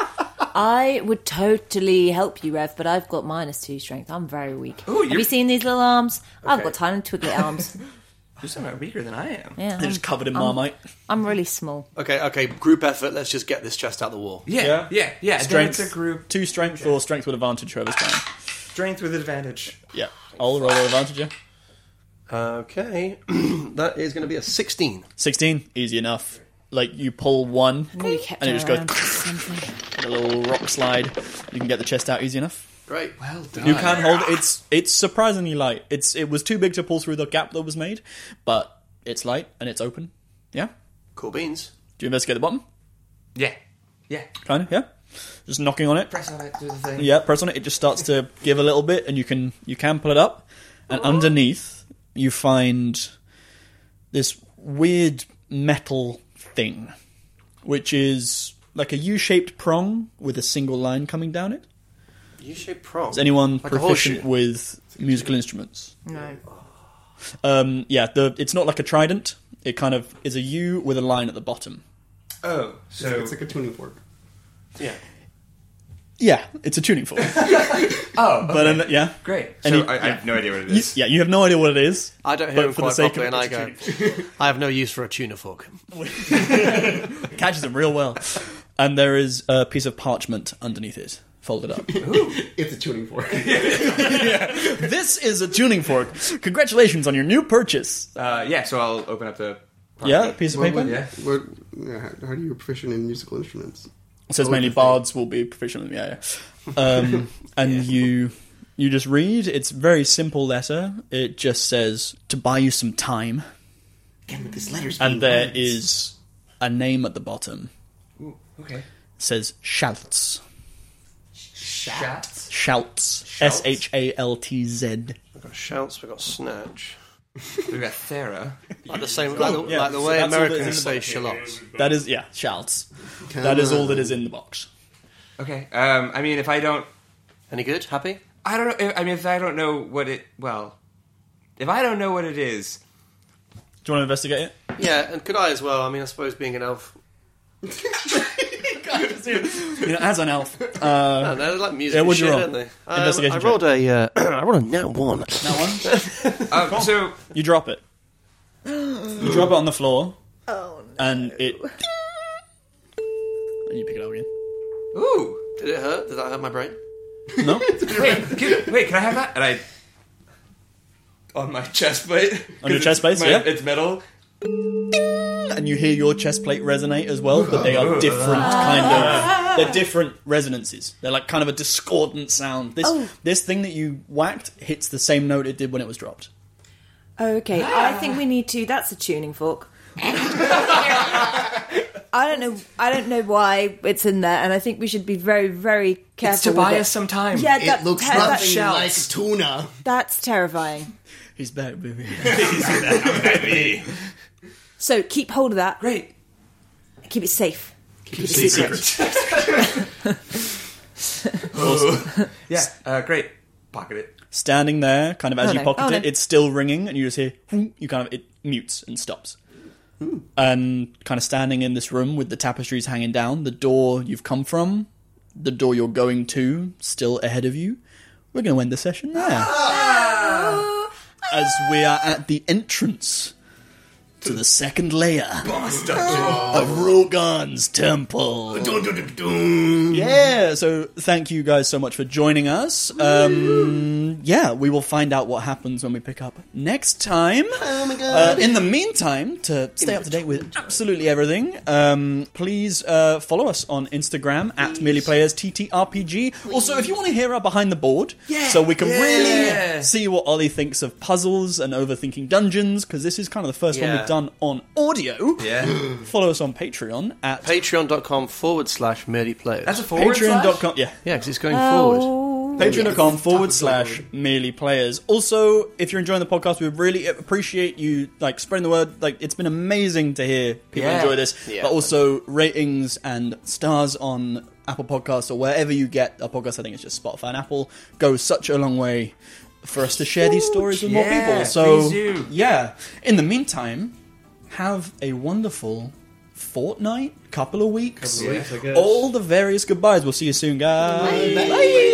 I would totally help you, Rev, but I've got minus two strength. I'm very weak.
Ooh,
Have
you're-
you seen these little arms? I've
Okay.
got tiny twiggly arms.
You're somehow weaker than I am.
Yeah,
They're
I'm,
just covered in
Um,
marmite.
I'm really small.
okay, okay. Group effort. Let's just get this chest out the wall.
Yeah, yeah, yeah. yeah.
Strength.
Strength a group.
Two strength or strength with advantage. Whoever's playing.
Strength with advantage.
Yeah, I'll roll with advantage. Yeah,
Okay, that is going to be a sixteen.
sixteen, easy enough. Like you pull one, and
Really kept
it
her
just
around
goes
for something.
a little rock slide. You can get the chest out easy enough.
Great.
Well done.
You can hold. It's it's surprisingly light. It's it was too big to pull through the gap that was made, but it's light and it's open. Yeah.
Cool beans.
Do you investigate the bottom?
Yeah, yeah.
Kind of. Yeah. Just knocking on it.
Press on it. Do the thing.
Yeah, press on it. It just starts to give a little bit, and you can you can pull it up. And underneath, you find this weird metal thing, which is like a U-shaped prong with a single line coming down it.
You shape prong.
Is anyone
Like a
proficient
horseshoe.
with musical instruments?
No.
Um, yeah, the, it's not like a trident. It kind of is a U with a line at the bottom.
Oh, so
It's like a tuning fork.
Yeah.
Yeah, it's a tuning fork.
oh, okay,
but um, yeah,
great.
and
So
you-
I, I have no idea what it
You-
is.
yeah, you have no idea what it is.
I don't hear
But
him
for
quite
the sake
properly,
of
and I
it,
go, I have no use for a tuna fork.
Catches them real well. And there is a piece of parchment underneath it, folded up.
It's a tuning fork.
this is a tuning fork. Congratulations on your new purchase.
Uh, yeah, so I'll open up the.
Yeah, piece of
What-
paper.
what-
Yeah.
what- yeah, how- how do you proficient in musical instruments?
So it's mainly bards will be proficient. Yeah, yeah. Um, and you you just read. It's a very simple letter. It just says to buy you some time,
Damn it, this letter's
and there is a name at the bottom.
Okay.
It says Schaltz.
Shots.
Schaltz. S H A L T Z.
We've got shouts, we've got snatch.
We've got Thera.
Like the same, like, the,
yeah.
like the way
That's all that's in
Americans
the
say
box.
shallots.
That is yeah, Schaltz. That is all that is in the box.
Okay. Um, I mean, if I don't,
Any good? Happy?
I don't know. I mean, if I don't know what it, well, if I don't know what it is,
Do you want to investigate it?
Yeah, and could I as well? I mean, I suppose being an elf.
You know, as an elf.
No, uh, they're like music
Yeah,
and
what'd you
shit,
roll?
aren't they? Um,
Investigation
I rolled a, uh, I rolled a nat one.
That
um, so
one. You drop it. You drop it on the floor.
Oh,
and it and you pick it up again.
ooh,
Did it hurt? Did that hurt my brain?
No,
wait, can, wait, can I have that? And I on my chest plate,
on your chest plate,
my,
yeah,
it's metal.
and you hear your chest plate resonate as well, but they are different kind of. They're different resonances. They're like kind of a discordant sound. This
Oh.
this thing that you whacked hits the same note it did when it was dropped.
Okay, I think we need to. That's a tuning fork. I don't know. I don't know why it's in there, and I think we should be very, very careful.
It's to
with
buy
it.
us some time.
Yeah,
It
that,
looks
ter- that-
nothing like tuna.
that's terrifying.
He's back, baby.
So keep hold of that.
Great.
Keep it safe. Keep it
Yeah. Uh, great. Pocket it.
Standing there, kind of as
Oh,
you
no.
pocket
Oh, no.
it, it's still ringing, and you just hear "Hmm," you kind of it mutes and stops.
Hmm.
And kind of standing in this room with the tapestries hanging down, the door you've come from, the door you're going to, still ahead of you. We're going to end the session there,
Ah!
as we are at the entrance to the second layer of Rogan's temple. Yeah, so thank you guys so much for joining us. Um, yeah, we will find out what happens when we pick up next time. Oh my god. in the meantime, to stay up to date with absolutely everything, um, please uh, follow us on Instagram at merely players TTRPG. Also, if you want to hear our behind the board, yeah. so we can really see what Ollie thinks of puzzles and overthinking dungeons, because this is kind of the first one
Yeah.
we've done on audio.
Yeah.
Follow us on Patreon at
Patreon.com forward slash merely players.
That's a forward slash?
patreon.com. Yeah.
yeah, because it's going forward.
Oh,
Patreon.com forward
Yes.
slash merely players. Also, if you're enjoying the podcast, we really appreciate you like spreading the word. Like it's been amazing to hear people
Yeah.
enjoy this,
Yeah.
but also ratings and stars on Apple Podcasts or wherever you get our podcast. I think it's just Spotify and Apple. Goes such a long way for us to share these stories with more
Yeah,
people. So
please do.
yeah. In the meantime, have a wonderful fortnight, couple of weeks,
Couple of weeks,
all the various goodbyes. We'll see you soon, guys. Bye.